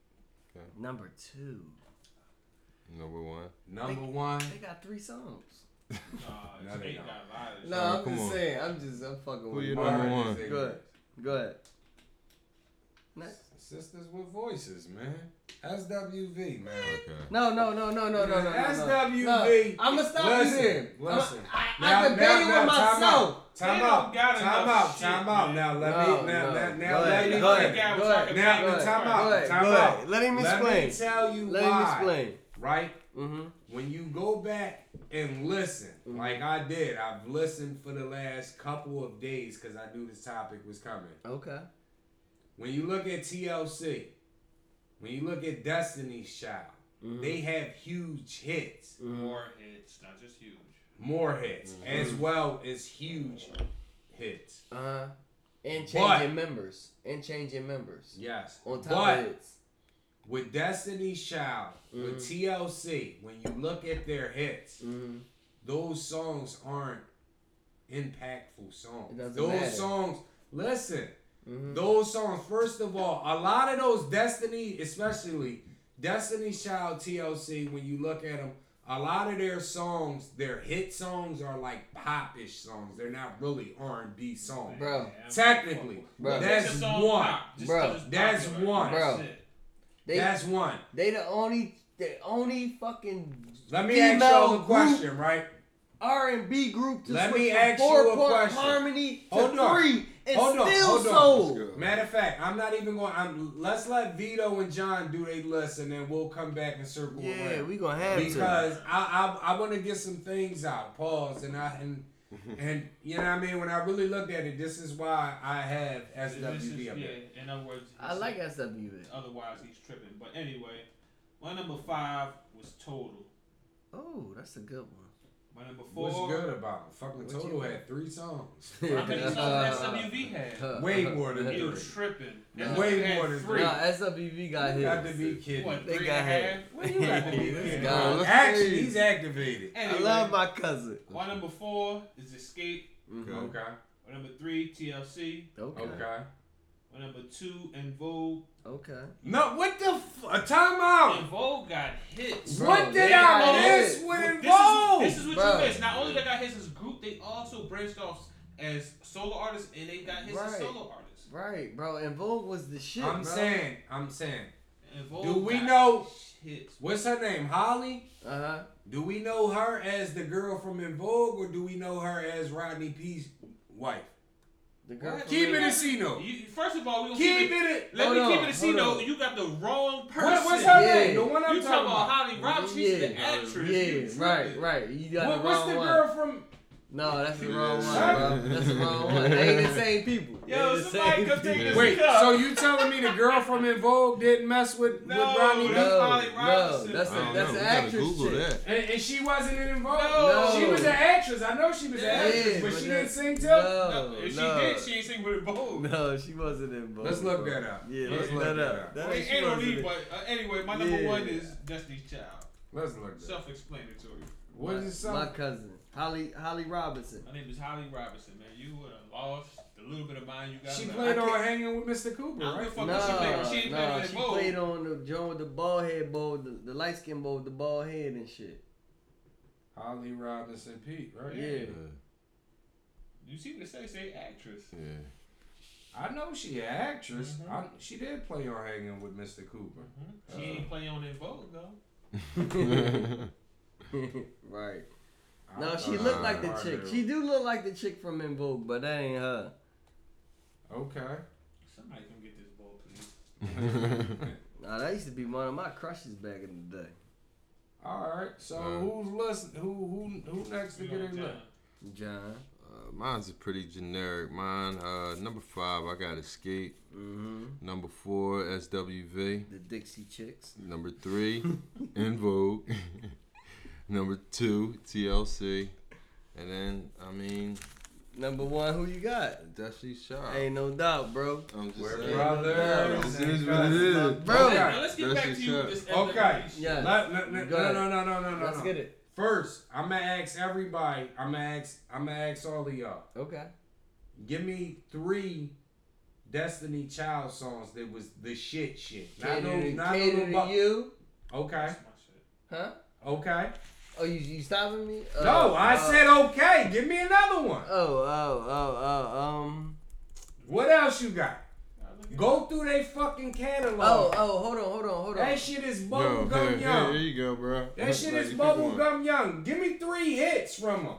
D: Number two.
C: Number one.
B: Number one,
D: They got three songs.
E: Nah,
B: No, they
E: they
B: don't.
E: got a lot of
D: No,
C: Alright,
D: I'm
C: come
D: just
C: on.
D: saying. I'm just, I'm fucking with
C: you
D: you.
C: know? number
B: Martin
C: one.
B: is ignorant.
D: Good. Go ahead. Next.
B: Sisters with voices, man. SWV, man.
C: Okay.
D: No, no, no, no, no, no, no.
B: SWV.
D: I'm gonna stop
B: Listen,
D: you there.
B: listen.
D: I, I,
B: Now-
D: I debated
B: now-
D: with
B: now, time
D: myself.
B: out. Time
E: They
B: out.
E: don't got
B: Time
E: enough
B: out.
E: shit,
B: Time out.
E: man.
B: Now let
D: No,
B: me. Now,
D: no.
B: now,
D: Go
B: now
D: ahead,
B: let me.
D: go ahead.
B: finish.
E: Now,
D: Go ahead,
B: now,
D: go
B: now,
D: ahead,
B: time
D: go ahead,
B: out. Time
D: go
B: out.
D: ahead. Let him
B: Let
D: explain.
B: me tell you
D: Let him
B: why.
D: explain.
B: Right
D: Mm-hmm.
B: when you go back and listen, like I did, I've listened for the last couple of days because I knew this topic was coming.
D: Okay.
B: When you look at TLC, when you look at Destiny's Child,
D: Mm-hmm.
B: they have huge hits,
E: more hits, not just huge.
B: more hits,
D: Mm-hmm.
B: as well as huge hits.
D: Uh huh. And changing
B: But-
D: members. And changing members.
B: Yes.
D: On top
B: but
D: of it.
B: with Destiny's Child, with TLC, when you look at their hits,
D: Mm-hmm.
B: those songs aren't impactful songs.
D: It doesn't
B: those
D: matter.
B: songs, listen,
D: Mhm.
B: those songs. First of all, a lot of those Destiny, especially Destiny Child, TLC. When you look at them, a lot of their songs, their hit songs, are like popish songs. They're not really R and B songs.
D: Bro.
E: Yeah,
B: Technically,
D: Bro.
E: Just
B: that's
E: the song
B: one.
E: pop, just
D: Bro.
E: 'cause it's
B: That's
E: popular,
B: one.
E: that's
D: Bro.
E: it.
D: They
B: That's one.
D: they the only the only fucking
B: Let me ask y'all a
D: Female
B: question, right?
D: R and B group to
B: Let
D: switch
B: me
D: from
B: ask you
D: four
B: a
D: point
B: question.
D: harmony to
B: Hold on.
D: three and
B: Hold on,
D: still
B: hold on.
D: sold.
C: Let's go.
B: Matter of fact, I'm not even going. I'm. Let's let Vito and John do their list, and then we'll come back and circle
D: Yeah,
B: around.
D: we gonna have to.
B: because I I, I want to get some things out. Pause, and I
D: <laughs>
B: and and you know what I mean. When I really looked at it, this is why I have
E: This is-
B: SWB up there.
E: yeah, in other words,
D: I like SWV.
E: Otherwise, he's tripping. But anyway, my number five was total.
D: Oh, that's a
B: <laughs>
D: good one.
E: My number four.
B: What's good about it? Fucking
D: What you
B: Toto
D: got?
B: had three
D: <laughs>
B: songs.
E: How many songs SWV had?
B: Way more than
E: You
B: three.
E: tripping?
D: Nah.
E: That's
B: uh, Way
E: what had
B: more than
D: No,
B: three.
D: SWV got
B: You
D: his.
B: got to be kidding.
E: What,
D: They
E: three
D: got
E: and a
D: hit.
E: half? What
B: <laughs>
E: you
D: <laughs>
E: got to be
D: This
E: kidding?
D: guy-
C: Bro, let's
B: Actually,
C: see.
B: he's activated.
D: I
E: Anyway,
D: love my cousin.
E: My number four is Escape.
C: Okay.
B: Okay.
E: My number three, TLC.
D: Okay. Okay.
B: Okay.
E: My number two, En Vogue.
B: No, what the f- time
E: En
B: out?
E: Vogue got hits.
D: Bro,
B: what did
E: they
B: I
E: got
B: miss
D: hit.
B: with
E: This is,
B: involved?
E: this is what
D: Bro.
E: you missed. Not only they got hits as group, they also branched off as solo artists, and they got hits as
D: Right.
E: solo artists.
D: Right, bro. And Vogue was the shit.
B: I'm
D: bro.
B: saying. I'm saying.
E: En Vogue
B: Do we
E: got
B: know-
E: hits?
B: What's her name? Holly.
D: Uh huh.
B: Do we know her as the girl from In Vogue, or do we know her as Rodney P's wife?
D: The girl.
E: What?
D: from
B: Keep it
D: Lee-
B: a C-note.
E: You, first of all, we gonna
B: Keep
E: keep it.
B: it.
E: Let
D: Hold
E: me keep
D: on,
E: it a
D: hold
E: C
D: on.
E: note. You got the wrong person.
B: What, what's her
D: Yeah.
B: name? The one I'm
E: you
B: talking about.
E: Holly Roberts? She's the
D: Yeah,
E: actress. You
D: Yeah, right,
E: tripping.
D: right. You got
B: What-
D: the
B: what's
D: wrong
B: the
D: one.
B: girl from?
D: No, that's the wrong one,
B: Sir?
D: bro. That's the wrong one. They
E: <laughs>
D: ain't the same people. They
E: Yo,
D: ain't the
E: somebody
D: same
E: come take
D: people.
E: this
B: Wait,
E: cup.
B: so you telling me the girl from In Vogue didn't mess with
E: No,
B: with Rodney? P?
E: that's
D: No,
E: Holly
D: no,
E: Robinson.
D: that's
C: I
D: a,
C: don't
D: that's
C: know. We
D: an
C: gotta
D: actress
C: Google
D: shit.
C: that.
B: And, and she wasn't in Vogue.
E: No.
B: she was an actress. I know she was an
E: Yeah,
B: actress, but
D: but
B: she
D: that-
B: didn't sing till.
D: No,
E: No, if
D: no.
E: she did, she ain't sing with a bowl.
D: No, she wasn't in Vogue.
B: Let's look
D: bro.
B: that up.
D: Yeah,
B: Let's
D: let's
B: look
D: look that
B: that
D: up.
B: up.
D: That
E: Wait,
D: she
E: ain't no
D: wasn't
E: need,
D: in-
E: but uh, anyway, my number
D: Yeah.
E: one is Destiny's Child.
B: Let's look. That. up.
E: Self explanatory.
B: What is it?
D: My
B: song?
D: cousin. Holly Holly Robinson.
E: My name is Holly Robinson, man. You would have lost the little bit of mind you got.
B: She
E: left.
B: played
D: I
B: on
D: can't-
B: hanging with Mr. Cooper,
E: I don't
B: right?
E: give a
D: No,
E: fuck what she played. She ain't played on
D: no,
E: that
D: she
E: bowl.
D: played on the joint with the bald head bowl, the, the light skin bowl with the bald head and shit.
B: Holly Robinson Pete,
E: Oh,
B: right?
D: Yeah.
E: You see what it say? Say actress.
C: yeah.
B: I know she an actress.
D: Mm-hmm.
E: Mhm.
B: I- she did play on Hanging with Mr. Cooper.
E: She
B: Uh-huh.
E: ain't playing on that bowl though.
C: Uh,
D: <laughs> right.
B: I
D: Mm-hmm. No,
B: thought
D: she looked
B: was
D: like the
B: part
D: chick.
B: of-
D: She do look like the chick from In Vogue, but that ain't her.
B: Okay.
E: Somebody come get this bowl, please.
D: Nah, that used to be one of my crushes back in the day.
B: All right. So
C: Uh,
B: who's listening? Who who who next to
E: We
B: get
E: on
B: it?
E: time.
B: look?
D: John.
C: Uh, mine's a pretty generic. Mine, uh, number five, I got Escape.
D: Mm-hmm.
C: Number four, SWV.
D: The Dixie Chicks.
C: Number
D: <laughs>
C: three, In Vogue. number two, TLC. And then, I mean,
D: Number one, who you got?
C: Destiny's Child.
D: Ain't no doubt, bro.
C: I'm just
B: We're
C: saying.
B: brothers.
C: It is what it is.
D: Bro.
E: Now,
B: Okay.
E: let's get back to
C: That's
E: you.
C: your
E: with This
B: Okay.
E: SWV shit.
D: Yeah.
B: Let- let- let-
D: Go
B: no,
D: ahead.
B: no, no, no, no, no.
D: Let's
B: no.
D: get it.
B: First, I'm gonna ask everybody. I'm gonna ask. I'm gonna ask all of y'all.
D: Okay.
B: Give me three Destiny Child songs that was the shit shit. Not no,
D: Cater to-
B: not
D: cater
B: no
D: to
B: bu-
D: you.
B: Okay,
E: That's my shit.
D: Huh?
B: okay.
D: Oh, you, you stopping me? Uh,
B: no, I
D: uh,
B: said okay. Give me another one.
D: Oh, oh, oh, oh, um.
B: What else you got?
E: Now, look at
B: Go through their fucking catalog.
D: Oh, oh, hold on, hold on, hold on.
B: that shit is
C: Yo, here,
B: bubblegum
C: here-
B: young.
C: here you go, bro.
B: That shit
C: Like,
B: is
C: you pick one.
B: bubblegum young. Give me three hits from them.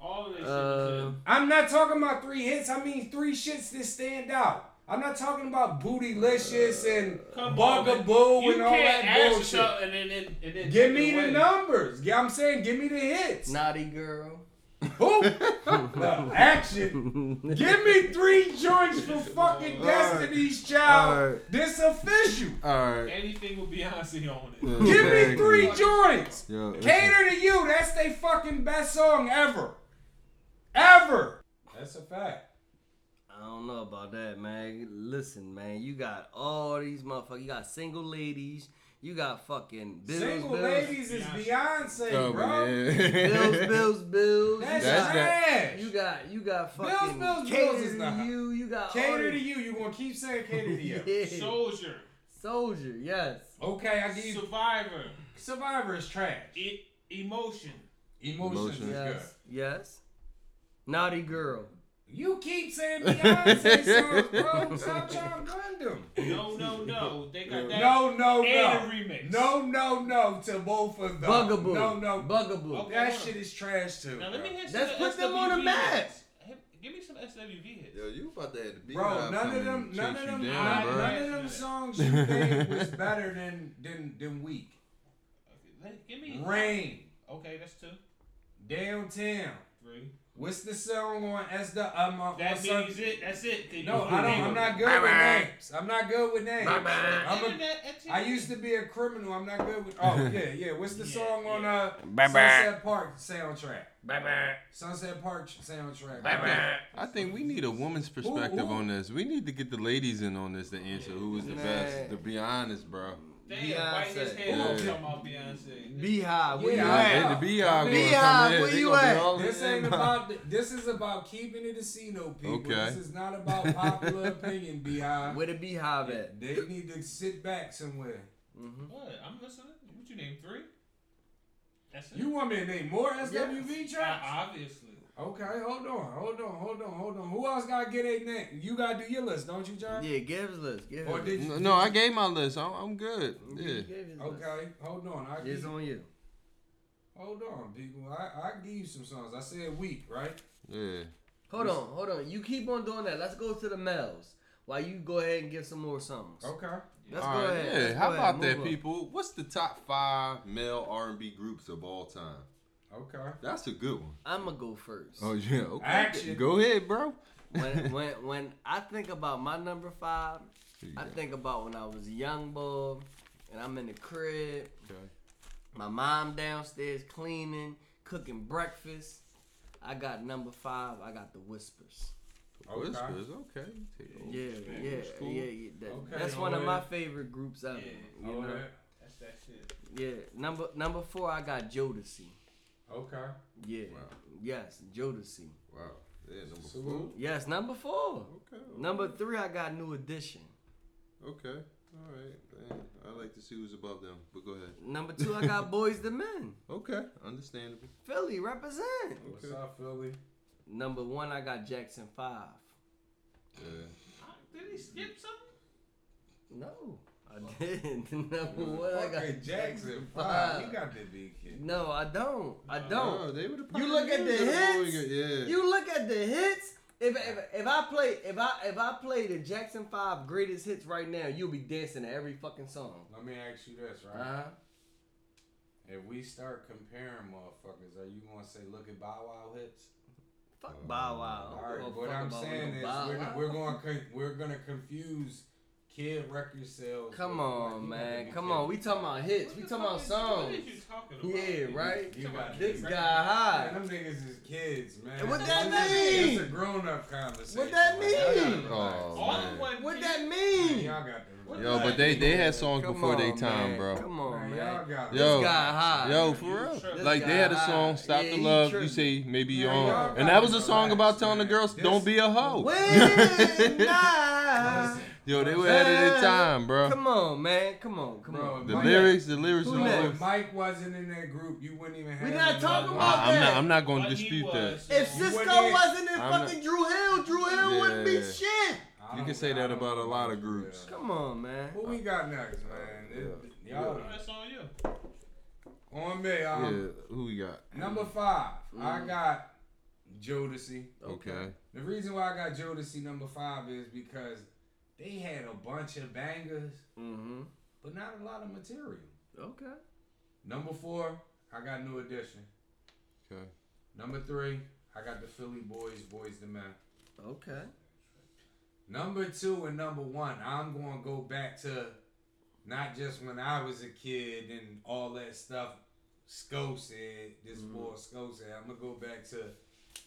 E: All of this shit.
D: Uh,
E: man.
B: I'm not talking about three hits. I mean three shits that stand out. I'm not talking about bootylicious
C: Uh,
B: and
E: Come on, man.
B: bugaboo
E: You
B: and all
E: can't
B: that
E: ask
B: bullshit.
E: yourself and then, and then, take
B: Give
E: it
B: me the
E: away.
B: numbers. Yeah, I'm saying give me the hits.
D: naughty girl.
C: <laughs>
B: Who? the action. Give me three joints for fucking
E: All
C: right.
B: Destiny's Child.
C: All right.
B: This official.
C: All right.
E: Anything with Beyonce on it.
C: Yeah,
B: Give me
C: exactly.
B: three joints.
C: Yo, listen.
B: Cater to you. That's their fucking best song ever. Ever. That's a fact.
D: I don't know about that, man. Listen, man, you got all these motherfuckers. You got single ladies. You got fucking bills,
B: Single
D: bills,
B: ladies is Beyonce,
C: Oh,
B: bro.
D: bills,
C: yeah.
D: bills, bills.
B: That's,
D: you,
C: That's
D: got,
B: trash.
D: you got, you got fucking
B: bills,
D: cater
B: bills is
D: to
B: not-
D: you. You got
B: cater
D: all
B: to you. You gonna keep saying cater to you.
D: <laughs> Yeah.
E: <laughs> Soldier.
D: Soldier, yes.
B: Okay, I give you.
E: Survivor.
B: Survivor is trash.
E: E- emotion.
B: Emotions
C: Emotions.
B: is good.
D: Yes, yes. Naughty girl.
B: You keep
D: <laughs>
B: saying Beyonce songs, bro. Stop trying to blend them.
E: No, no, no. They got that.
B: No, no,
E: And a
B: no.
E: remix.
B: No, no, no to both of them.
D: Bugaboo.
B: No, no.
D: Bugaboo.
E: Okay.
B: that shit is trash too.
E: Now let me hit
D: Let's
E: some
D: put them on the
E: SWV
D: map.
E: hits. Hey, Give me some SWV hits.
C: Yo, you about to have to be
B: Bro, none of them, none of them, none,
E: bro.
B: none of them songs you think was better than than than weak.
E: Okay, let- Give me.
B: Rain,
E: Okay, that's two,
B: downtown.
E: three.
B: What's the song on S the um, uh,
E: That
B: what's up-
E: means it. That's it. 'Cause you
B: No,
E: put
B: I don't.
E: name
B: I'm
E: on
B: not
E: it.
B: good with names. I'm not good with names. I'm a-
E: Internet activity.
B: I used to be a criminal. I'm not good with. Oh yeah, yeah. What's the
E: <laughs> Yeah,
B: song on uh
D: Bye-bye.
B: Sunset Park soundtrack? Sunset Park soundtrack.
C: I think we need a woman's perspective
B: who-
C: on this. We need to get the ladies in on this to answer who is the
D: Man.
C: best. To be honest, bro.
E: Damn, white as
D: Beyonce.
E: hell.
B: Yeah.
E: Talking about Beyonce.
D: Beehive, where
B: Yeah,
D: you
B: I-
D: at?
C: Yeah, they- the Beehive gonna
D: Beehive,
C: come in.
D: where
C: They
D: you
C: gonna be
D: at?
C: all
B: This
C: in.
B: ain't about. This is about keeping it a casino, people.
C: Okay.
B: This is not about popular opinion, Bi.
D: Where the beehive at?
B: They need to sit back somewhere.
D: Mm-hmm.
E: What? I'm listening. What you name three? That's it.
B: You want me to name more SWV tracks?
E: I, obviously.
D: Uh-uh.
B: Okay, hold on, hold on, hold on, hold on. Who else gotta get a name? You gotta do your list, don't you, John?
D: Yeah, give us list. Give
B: Or
D: us
B: did
C: <laughs> No, no, I gave my list. I'm, I'm good.
D: list.
C: Yeah.
D: You gave us list.
B: Okay, hold on. I
D: It's
B: keep,
D: on you.
B: hold on, people. I I give you some songs. I said weak, right?
C: Yeah.
D: Hold on, hold on. You keep on doing that. Let's go to the males. While you go ahead and give some more songs.
B: Okay.
D: Let's
C: All
D: go
C: right,
D: ahead.
C: Yeah.
D: Let's
C: How
D: go
C: about
D: ahead.
C: that,
D: Move on.
C: people? What's the top five male R&B groups of all time?
B: Okay.
C: That's a good one.
D: I'm gonna go first.
C: Oh yeah. Okay.
B: Action.
C: Go ahead, bro.
D: when, when when I think about my number five,
C: Here you
D: I
C: go.
D: think about when I was a young boy and I'm in the crib.
C: Okay.
D: My mom downstairs cleaning, cooking breakfast. I got number five. I got the whispers.
B: Okay.
C: Whispers. Oh, Okay. Take over.
D: Yeah,
E: man,
D: yeah,
C: that's cool.
D: yeah, yeah. that-
B: Okay,
D: that's
B: go
D: one of my
B: ahead.
D: favorite groups ever. You
E: Yeah.
D: know?
B: Alright.
E: That's that shit.
D: Yeah. Number number four, I got Jodeci.
B: Okay.
D: Yeah.
C: Wow.
D: Yes, Jodeci.
C: Wow. Yeah, number
B: Salute.
D: Yes, number four.
C: four. Okay.
D: Number three, I got New Edition.
C: Okay. All right. Man, I like to see who's above them, but go ahead.
D: Number two,
B: <laughs>
D: I got Boys the Men.
C: Okay. Understandable.
D: Philly represent.
B: What's
C: Okay.
B: up, Philly?
D: Number one, I got Jackson Five.
C: Yeah.
E: I, did he skip something?
D: No, I didn't. <laughs> Number one, I got
B: Fucking Jackson Five. You got the big kid.
D: No, I don't. I
E: No.
D: don't.
C: Oh, they were the
D: You look at
C: pioneers
D: the
C: of the
D: hits.
C: Bowie Gang. Yeah.
D: You look at the hits. If, if, if I play if I if I play the Jackson Five greatest hits right now, you'll be dancing to every fucking song.
B: Let me ask you this,
D: Uh
B: right?
D: huh.
B: If we start comparing motherfuckers, are you gonna say look at Bow Wow hits?
D: Fuck Bow Wow.
B: Oh, All right,
D: Well,
B: what
D: fuck
B: I'm
D: about
B: saying
D: no
B: is
D: Bow
B: we're,
D: Wow.
B: we're going to we're going to confuse kid record sales.
D: Come
B: with, like,
D: on,
B: you
D: man.
B: gotta
D: Come
B: be
D: on. We talking about hits.
E: What
D: We
E: the
D: talking
E: fuck
D: about
E: is-
D: songs.
E: What is you talking about?
D: Yeah, right?
E: You got
D: This
E: you.
D: guy
B: kidding.
D: high.
B: Man, them niggas is kids, man.
D: And what that mean?
B: It's a grown up conversation.
D: What that
B: Like, y'all gotta
D: mean?
B: relax.
C: Oh,
E: All
C: man.
E: in one.
D: What
E: kid.
D: that mean?
B: Y'all got to
E: Yo,
C: Oh. Yo,
B: relax.
C: but they they had songs
D: Come
C: before
D: on,
C: they time,
D: man.
C: bro.
D: Come on,
B: Man,
D: man.
B: y'all got
C: Yo.
D: This guy high.
C: Yo, for real.
E: This
C: Like they had a
D: guy
C: song,
D: high.
C: "Stop
D: Yeah,
C: the
D: he
C: Love." You
D: tripping.
C: say, maybe
B: Yeah,
C: you're
B: y'all
C: on, and
B: gotta
C: that was a song
B: relax,
C: about telling the
B: man.
C: girls,
B: This-
C: "Don't be a hoe." <laughs>
D: When I-
C: Yo, they were ahead of their time, bro.
D: Come on, man. Come on, come
B: Bro,
D: on.
C: The
B: Mike-
C: lyrics, the lyrics.
D: Who
C: was-
B: No,
D: next?
B: if Mike wasn't in that group, you wouldn't even have.
D: We not
B: it.
D: talking about
C: I, am
D: that.
C: not. I'm not going
E: But
C: to
E: he
C: dispute that.
E: was,
D: If
E: you know,
B: sis-
D: Cisco
B: wouldn't-
D: wasn't in
C: I'm
D: fucking Drew Hill, Drew Hill wouldn't be
C: Yeah.
D: shit.
B: I
C: You
B: don't-
C: can say
B: I
C: that
B: don't
C: about a
B: know
C: lot of
B: about
C: groups.
B: that.
D: Come on, man.
B: Who we got next, man? It- Y'all
E: That's on you.
B: on me.
C: Yeah,
B: Um,
C: who we got?
B: Number 5 I got Jodeci.
C: Okay.
B: The reason why I got Jodeci number five is because they had a bunch of bangers,
D: Mm-hmm.
B: but not a lot of material.
D: Okay.
B: Number four, I got New Edition.
C: Okay.
B: Number three, I got the Philly Boys, Boys the Man.
D: Okay.
B: Number two and number one, I'm going to go back to not just when I was a kid and all that stuff Sko said, this boy Sko said. I'm going to go back to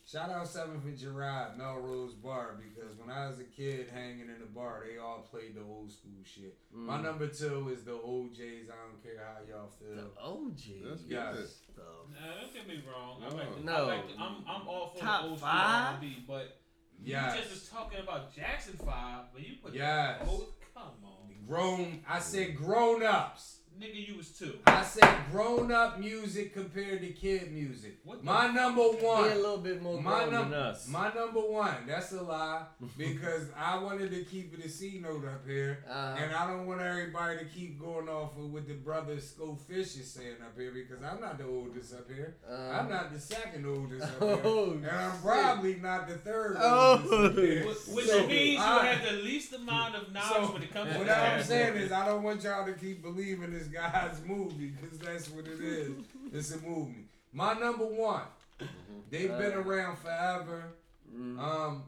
B: shout out 7th and Gerard, Melrose Bar, because when I was a kid hanging in the bar, they all played the old school shit.
D: Mm.
B: My number two is the OJs. I don't care how y'all
D: The
B: feel.
D: OG.
C: That's
B: good.
D: Stuff.
E: Nah, don't get me wrong. I
C: No.
E: like the,
D: No.
E: I like the, I'm, I'm all for
D: Top
E: the old school
D: five?
E: R&B, but
B: Yes.
E: you just was talking about Jackson Five, but you put
B: Yes.
E: Oh, come on,
B: Grown, I said grown ups.
E: nigga, you was two.
B: I said grown up music compared to kid music.
E: What the-
B: My number one.
D: Be a little bit more
B: My,
D: grown
B: num-
D: than us.
B: my number one. That's a lie because <laughs> I wanted to keep it a C note up here,
D: Uh-huh.
B: and I don't want everybody to keep going off of what the brother Sco Fish is saying up here because I'm not the oldest up here.
D: uh,
B: I'm not the second oldest up here,
D: Um, <laughs> Oh,
B: and I'm
D: shit.
B: probably not the third
D: Oh.
B: oldest. up here.
E: Wh- Which
B: So,
E: means you
B: I-
E: have the least amount of knowledge
B: so
E: when it comes to
B: what
E: that.
B: I'm saying is I don't want y'all to keep believing this guy's movie because that's what it is. It's a movie. My number one. They've been
D: Uh.
B: around forever.
D: Mm.
B: Um,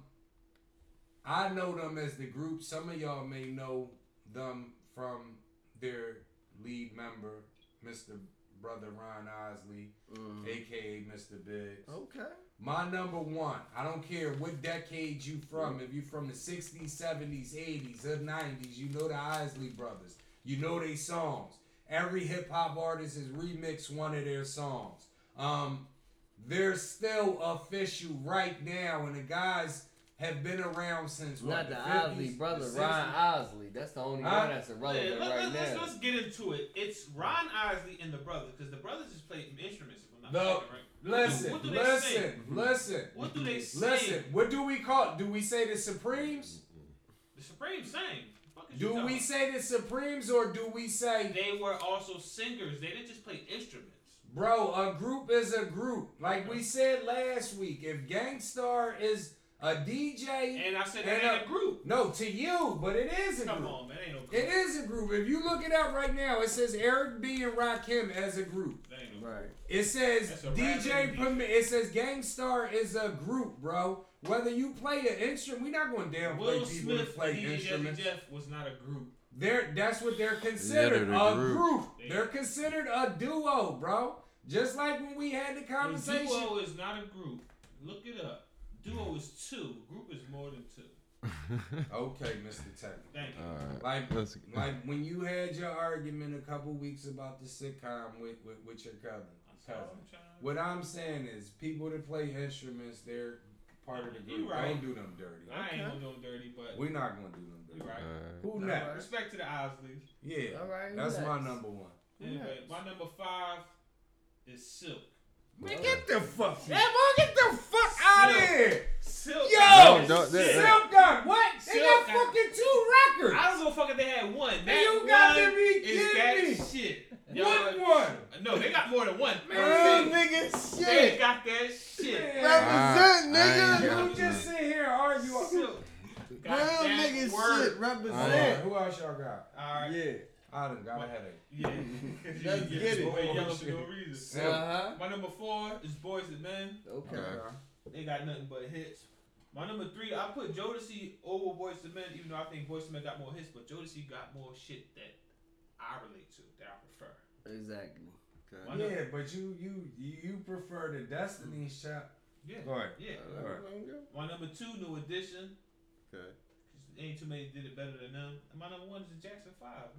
B: I know them as the group. Some of y'all may know them from their lead member, Mr. Brother Ron Osley,
D: Mm.
B: aka Mr. Biggs.
D: Okay.
B: My number one. I don't care what decade you from. If you from the '60s, '70s, '80s, or '90s, you know the Isley Brothers. You know they songs. Every hip hop artist has remixed one of their songs. Um, they're still official right now, and the guys have been around since what,
D: Not the
B: 50s,
D: Osley brother,
B: the
D: Ryan
B: 60s?
D: Osley. That's the only
B: Huh?
D: one that's irrelevant
E: let,
D: right
E: us
D: now.
E: let's get into it. It's Ron Isley and the brothers, because the brothers just played instruments. If I'm not
B: No.
E: mistaken, right?
B: Listen,
E: What do they
B: listen,
E: sing?
B: listen,
E: What do they sing?
B: listen. What do we call? Do we say the Supremes?
E: The Supreme sang. Fuck is you
B: Do
E: talking
B: we
E: about?
B: say the Supremes or do we say
E: They were also singers. They didn't just play instruments.
B: Bro, a group is a group. Like we said last week, if Gangstar is a DJ,
E: And I said
B: And,
E: that ain't
B: uh,
E: a group.
B: no, to you, but it is a
E: Come
B: group.
E: on, man, ain't no group.
B: It is a group. If you look it up right now, it says Eric B and Rakim as a group.
E: That ain't no
D: Right.
B: It says
E: That's a rap
B: DJ
E: and
B: Premier. It says Gangstar is a group, bro. Whether you play an instrument, we're not going to downplay
E: Will
B: people
E: Smith
B: that
E: play
B: play
E: and DJ
B: instruments.
E: Jeff was not a group.
B: They're that's what they're considered
C: they're the
B: a group.
C: group.
B: They're considered a duo, bro. Just like when we had the
E: A
B: conversation.
E: duo is not a group. Look it up. Duo is two. Group is more than two.
B: Okay, Mr. Tech.
E: Thank you.
C: All right.
B: Like,
C: Let's-
B: like when you had your argument a couple weeks about the sitcom with, with, with your cousin.
E: I
B: cousin.
E: Sometimes.
B: What I'm saying is, people that play instruments, they're part of the
E: You
B: group.
E: right.
B: Don't do them dirty.
E: I ain't gonna do them dirty, but
B: We're not gonna do them
E: you
B: dirty.
E: right.
C: Uh,
B: Who
D: All
B: next?
D: right.
E: Respect to the Osleys.
B: Yeah,
D: All right, who
B: that's my
D: next?
B: number one.
E: Anyway, my number five is Silk.
B: Man, get the fuck. Yeah, boy, get the fuck
E: outta
B: outta here.
E: Silk.
B: Yo,
C: No, no, that- that-
B: Silk got what? They got
E: Silk got-
B: fucking two records.
E: I don't give a fuck if they had one. That
B: You
E: one
B: gotta be
E: is that
B: kidding
E: shit. Y'all
B: What
E: are-
B: one?
E: No, they got more than one.
B: Man,
F: nigga,
E: They got that shit.
B: Man,
F: Represent,
C: I- I
F: nigga.
C: ain't
B: You just sit here and argue. All
E: Silk. Got
F: Real
E: that
F: nigga
E: word.
F: shit.
B: right,
F: Represent.
B: who else y'all got?
E: Alright.
F: Yeah.
B: I done got a headache.
E: Yeah.
F: Let's
E: You
F: get it.
E: boy yellow for no reason.
B: Silk.
F: Uh-huh.
E: My number four is Boys and Men.
F: Okay.
D: Uh-huh.
C: Okay.
E: They got nothing but hits. My number three, I put Jodeci over Boys to Men, even though I think Boys to Men got more hits, but Jodeci got more shit that I relate to, that I prefer.
D: Exactly.
E: My
B: Yeah,
E: number-
B: but you you you prefer the
E: Mm.
B: Destiny's Child.
E: yeah.
B: All right.
E: Yeah.
C: All right.
E: My number two, New Edition.
C: Okay.
E: Ain't too many did it better than them. And my number one is the Jackson Five.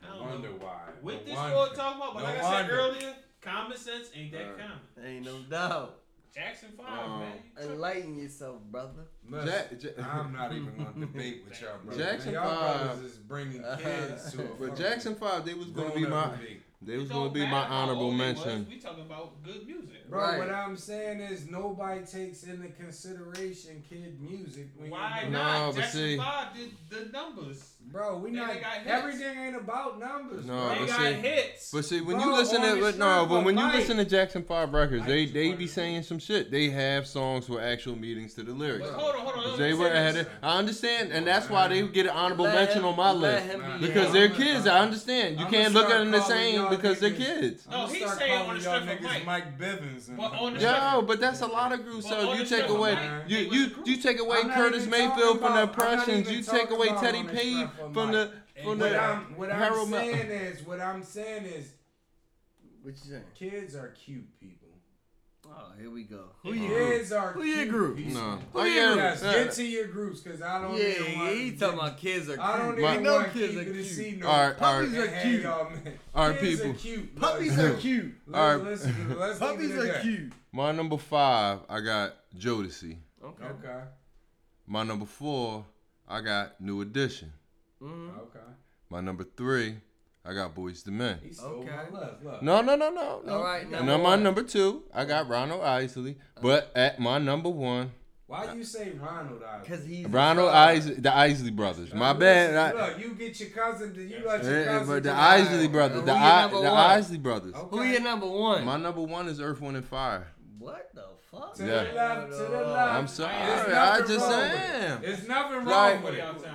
E: I
B: I
E: don't
B: wonder
E: know.
B: why.
E: With
B: No
E: this
B: wonder.
E: all talk about, but
B: No
E: like I said
B: wonder.
E: earlier, common sense ain't that
C: Alright.
E: common.
D: Ain't no doubt.
E: Jackson Five,
C: Um,
E: man. You tripping.
D: Enlighten yourself, brother.
B: Listen,
C: Jack- Jack-
B: I'm not even going
E: <laughs>
B: to debate with y'all brothers.
C: Jackson
B: y'all
C: Five- Uh-huh.
B: brothers is bringing kids to
C: <laughs>
B: a
C: But
B: fucking
C: Jackson Five, they was gonna be
B: grown-up
C: my,
B: debate.
C: they was
E: It
C: gonna
E: don't
C: be my
E: matter how
C: honorable
E: old they was,
C: mention.
E: We talking about good music.
B: Bro,
D: Right.
B: what I'm saying is nobody takes into consideration kid music. When
E: Why
B: you
C: No,
E: not?
C: but
E: Jackson
C: see-
E: Five did the numbers.
B: Bro, we
E: They
B: not.
E: got hits.
B: Everything ain't about numbers.
C: No,
E: they
B: bro.
C: but
E: got
C: see-
E: hits.
C: But see, when
B: Bro,
C: you listen
B: on
C: to
B: the
C: but no,
B: circle,
C: but when you
B: Mike.
C: listen to Jackson Five records,
E: Mike
C: they
E: is
C: they
E: part
C: be
E: of it.
C: saying some shit. They have songs with actual meanings to the
E: But
C: lyrics.
E: hold on, hold on. let me
C: They
E: say
C: were
E: this.
C: ahead of. I understand, and that's why they get an honorable
D: Let
C: mention
D: him-
C: on my
D: let
C: list
D: him be
C: because
D: happy.
C: they're
B: I'm gonna-
C: kids. I understand. You
B: I'ma
C: can't look at
B: start
C: them the
B: calling
C: same
B: y'all
C: because they're
B: niggas.
C: kids.
E: No,
B: I'ma
E: he's
B: start
E: saying on
B: calling
E: the
B: y'all
E: strip of
B: niggas Mike
E: Mike.
B: Bivens. and-
E: But on the strip-
C: No, but that's a lot of groups.
E: Well,
C: So
E: on
C: you
E: the
C: take
E: strip of
C: away
E: Mike,
C: you
E: it was
C: you
E: a group.
C: you take away
B: I'm not
C: Curtis
B: even talking
C: Mayfield from the
B: about- I'm not
C: oppressions.
B: even
C: You take
B: talking
C: away
B: about
C: Teddy
B: on the
C: Payne
B: strip of
C: from the
E: Mike.
C: from
B: What
E: But
C: the
B: I'm, what I'm
C: Harold. Mel-
B: saying is, what I'm saying is,
D: What you saying?
B: kids are cute people.
D: Oh, here we go. Who you? group?
B: Kids are
D: Who
B: cute
D: your group?
B: people.
C: No.
D: Who you group?
B: Yes,
C: Oh, Yeah.
B: get to your groups, cause I don't.
D: Yeah,
B: even
D: yeah,
B: want,
D: he talking about kids are cute.
B: I don't
C: My-
B: even
D: No
B: want
D: kids
B: people
D: are
B: to
D: cute.
B: see no.
C: All right,
D: Puppies
B: and
D: are
B: have
D: cute.
B: y'all men.
C: All right,
B: Kids are
C: people.
B: cute.
D: Puppies are cute.
C: All
B: Let's,
C: right.
B: listen, let's leave
D: Puppies
B: it at
D: are
B: that.
D: cute.
C: My number five, I got Jodeci.
D: Okay.
B: Okay.
C: My number four, I got New Edition.
D: hmm
B: Okay.
C: My number three, I got Boys the Men.
B: He stole
D: Okay.
B: my love. Look.
C: No, no, no, no, no.
D: All right,
C: and
D: number
C: on my
D: one.
C: number two, I got Ronald Isley. But at my number one,
B: Why you say Ronald? Isley?
D: Cause he's a
C: Ronald
D: star.
C: Isley, the Isley brothers. My
B: Listen,
C: bad. I,
B: Look, you get your cousin. To, you let your
C: eh,
B: cousin.
C: but
B: to
C: the Isley
B: Ronald.
C: brothers,
D: Who
C: the,
D: your
C: I,
D: number
C: the
D: one?
C: Isley brothers.
B: Okay.
D: Who your number one?
C: My number one is Earth, Wind, and Fire.
D: what the fuck?
B: To
C: Yeah.
B: the left, to the left.
C: I'm sorry,
B: There's
C: I
B: nothing
C: just
B: wrong with
C: am.
B: it. There's nothing
C: Like-
B: wrong
E: For
B: with it.
E: y'all time.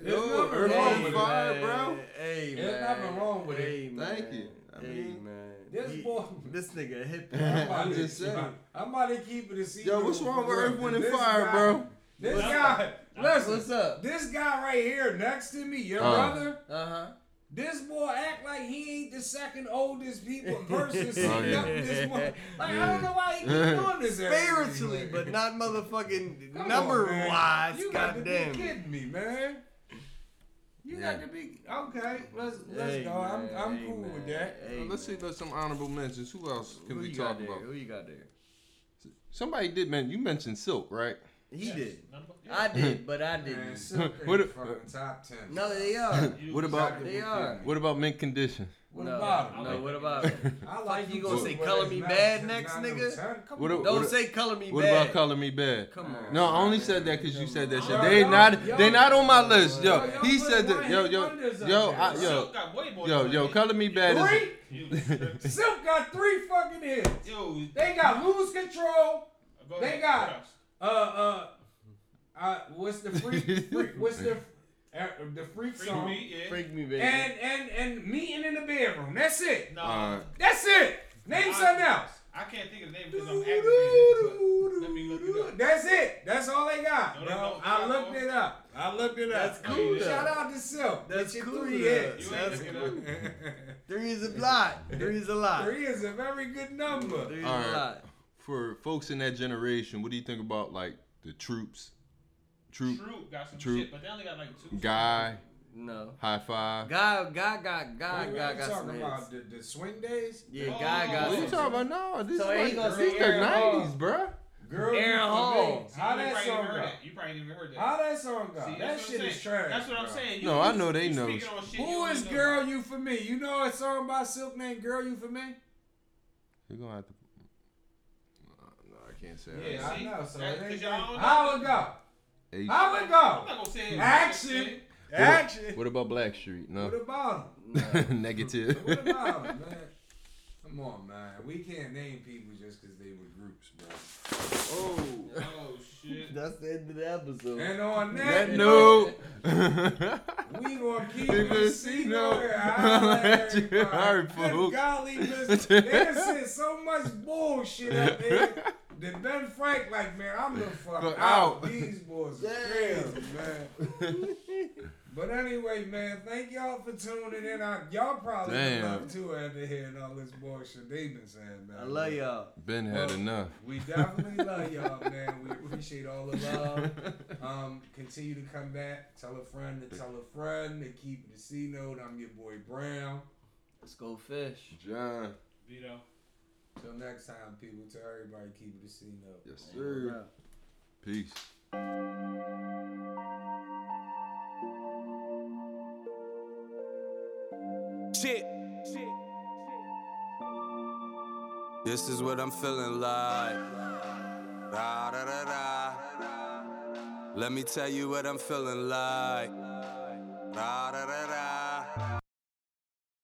B: There's nothing
C: Earth,
B: wrong
C: Wind,
B: with
C: and
B: it.
C: Fire, bro.
D: Hey, man.
B: There's nothing wrong with it.
D: hey, Man.
C: Thank you. I
D: hey,
C: mean,
D: man.
B: this
D: He-
B: boy-
D: This nigga hip.
C: I'm
B: about to-
C: just saying.
B: I'm about to keep it a secret.
C: Yo, what's wrong with
B: Look,
C: Earth, Wind, and
B: this
C: Fire,
B: guy-
C: bro?
B: This
E: Well,
B: guy, listen,
D: What's up?
B: this guy right here next to me, your
C: Uh.
B: brother,
D: Uh huh.
B: this boy act like he ain't the second oldest people person sitting
C: <laughs> Oh, yeah.
B: up this month. Like, I
C: Yeah.
B: don't know why
C: <laughs>
B: he keep doing this. every
D: Spiritually,
B: week.
D: but not motherfucking
B: Come on,
D: number
B: man.
D: wise.
B: You got to be
D: Goddamn.
B: kidding me, man. You
C: Yeah.
B: got to be okay. Let's let's
D: Hey,
B: go.
D: man.
B: I'm I'm
D: Hey,
B: cool with
D: man.
B: that.
D: Hey,
C: Let's see
D: man.
C: if there's some honorable mentions. Who else can
D: Who
C: we
D: you got
C: talk
D: there?
C: about?
D: Who you got there?
C: Somebody did man. You mentioned Silk, right?
D: He
E: Yes.
D: did.
E: Number- yeah.
D: I did, but I
B: Man,
C: <laughs>
D: didn't.
B: Silk
C: What
B: what
C: if-
B: fucking top ten.
D: No, they are.
E: You-
C: What about-
D: They are.
C: What about mint condition?
B: What
D: no,
B: about him?
E: it?
D: No,
E: Like-
D: what about it?
B: I like
D: you
B: him
D: gonna
B: too,
D: say
B: but
D: Color
B: it's
D: Me
B: not-
D: Bad
B: it's
D: next,
B: not no
D: nigga?
B: time. Come
C: What
B: on.
C: a-
D: Don't say color me
C: What
D: bad.
C: about color me bad?
D: Come on.
C: No, I only
D: man.
C: said that because you said that shit.
B: Yo,
C: They
B: yo,
C: not.
B: yo.
C: They not on my list, yo.
B: Yo,
C: He
B: yo,
C: said
B: put
C: that. Yo,
B: one-hit
C: yo,
B: wonders up
C: yo,
B: there.
C: I, yo,
E: Silk got way more
C: yo,
E: than
C: yo.
E: one
C: Color me bad <laughs>
B: Three?
C: is.
E: hit.
B: Silk got three fucking hits.
E: Yo,
B: They got lose control.
E: go
B: they
E: ahead.
B: got-
E: What else?
B: Uh uh. uh what's the free, free what's the uh, the freak
E: Free
B: song
E: Beat, yeah.
D: Freak me, baby.
B: and and and meeting in the bedroom that's it
E: No,
C: Alright.
B: that's it name
E: I-
B: something else
E: I can't think of the name because I'm aggravated. let me look it up.
B: That's it. That's all they got,
E: No,
B: bro.
E: no, no.
B: I looked it up. I looked it up.
D: That's cool, though.
B: Shout out to Silk.
D: That's
B: Get your
D: cool,
B: Three
D: though.
E: but
B: is.
E: You ain't
D: That's
E: looking up.
B: <laughs>
D: Three is a lot. Three is a lot.
B: Three is a very good number.
D: Three is
C: All right.
D: a lot.
C: For folks in that generation, what do you think about like the troops, troop
E: Troop got some
C: Troop.
E: shit, but they only got like two.
C: guy,
D: No.
C: High five.
D: God, God, God,
B: Wait,
D: God,
B: wait,
D: God
B: you
D: got some
B: talking
D: hits.
B: about the, the swing days?
D: Yeah, God
E: Oh,
D: got
E: what
C: What
D: some
C: you
D: hits.
C: talking about? No, this
D: So
C: is
D: ain't
C: like
D: gonna
C: this
D: say
C: the
B: Aaron Hall.
C: nineties, bruh.
B: Girl,
D: Aaron Hall.
B: How
E: you
B: that
E: probably
B: song
E: never heard
B: go?
E: that. You probably never heard that.
B: How that song go?
E: See,
B: that
E: that's what
B: shit
E: I'm
B: is
E: saying.
B: trash.
E: That's what I'm
B: bro.
E: saying.
C: No, I know they
E: you
C: know.
E: speaking on shit you
B: Who
E: don't
B: is
E: know
B: Girl
E: about.
B: You For Me? You know a song by Silk named Girl You For Me?
C: You're gonna have to. No, I can't say
E: Yeah,
C: that.
E: see?
B: I know. So
E: That-
B: it
E: 'cause
B: ain't
E: y'all don't
B: How
E: know.
B: it go?
C: Eight-
B: How it go?
E: I'm not gonna say it.
B: Action. Action.
C: What about Blackstreet? No.
B: What about
C: <laughs>
B: him?
C: Negative.
B: What
C: <laughs>
B: about him, man? Come on, man. We can't name people just because they were groups, bro.
D: Oh,
E: Oh
D: <laughs>
E: shit.
D: that's the end of the episode.
B: And on that,
C: That
B: note,
C: no. <laughs>
B: we gonna keep
C: Keep
B: it
C: it Cino.
B: Cino.
C: <laughs> All right,
B: Good
C: folks. <laughs>
B: golly, Mr. They said so much bullshit up there. That Ben Frank, like, man, I'm the fuck
C: Fuck
B: out.
C: out.
B: These boys are
D: Damn.
B: crazy, man. But anyway, man, thank y'all for tuning in. I, y'all probably
C: Damn.
B: love too after hearing all this bullshit they been saying, man.
D: I love y'all.
C: Ben had enough.
B: We definitely love y'all, man. We appreciate all the love. Um, continue to come back. Tell a friend to tell a friend to keep it a C note. I'm your boy Brown.
D: Let's go fish.
C: <laughs> John.
E: Vito.
B: Till next time, people. Tell everybody keep it a C note.
C: Yes, sir. Peace.
A: Shit. This is what I'm feeling like. Da, da, da, da. Let me tell you what I'm feeling like.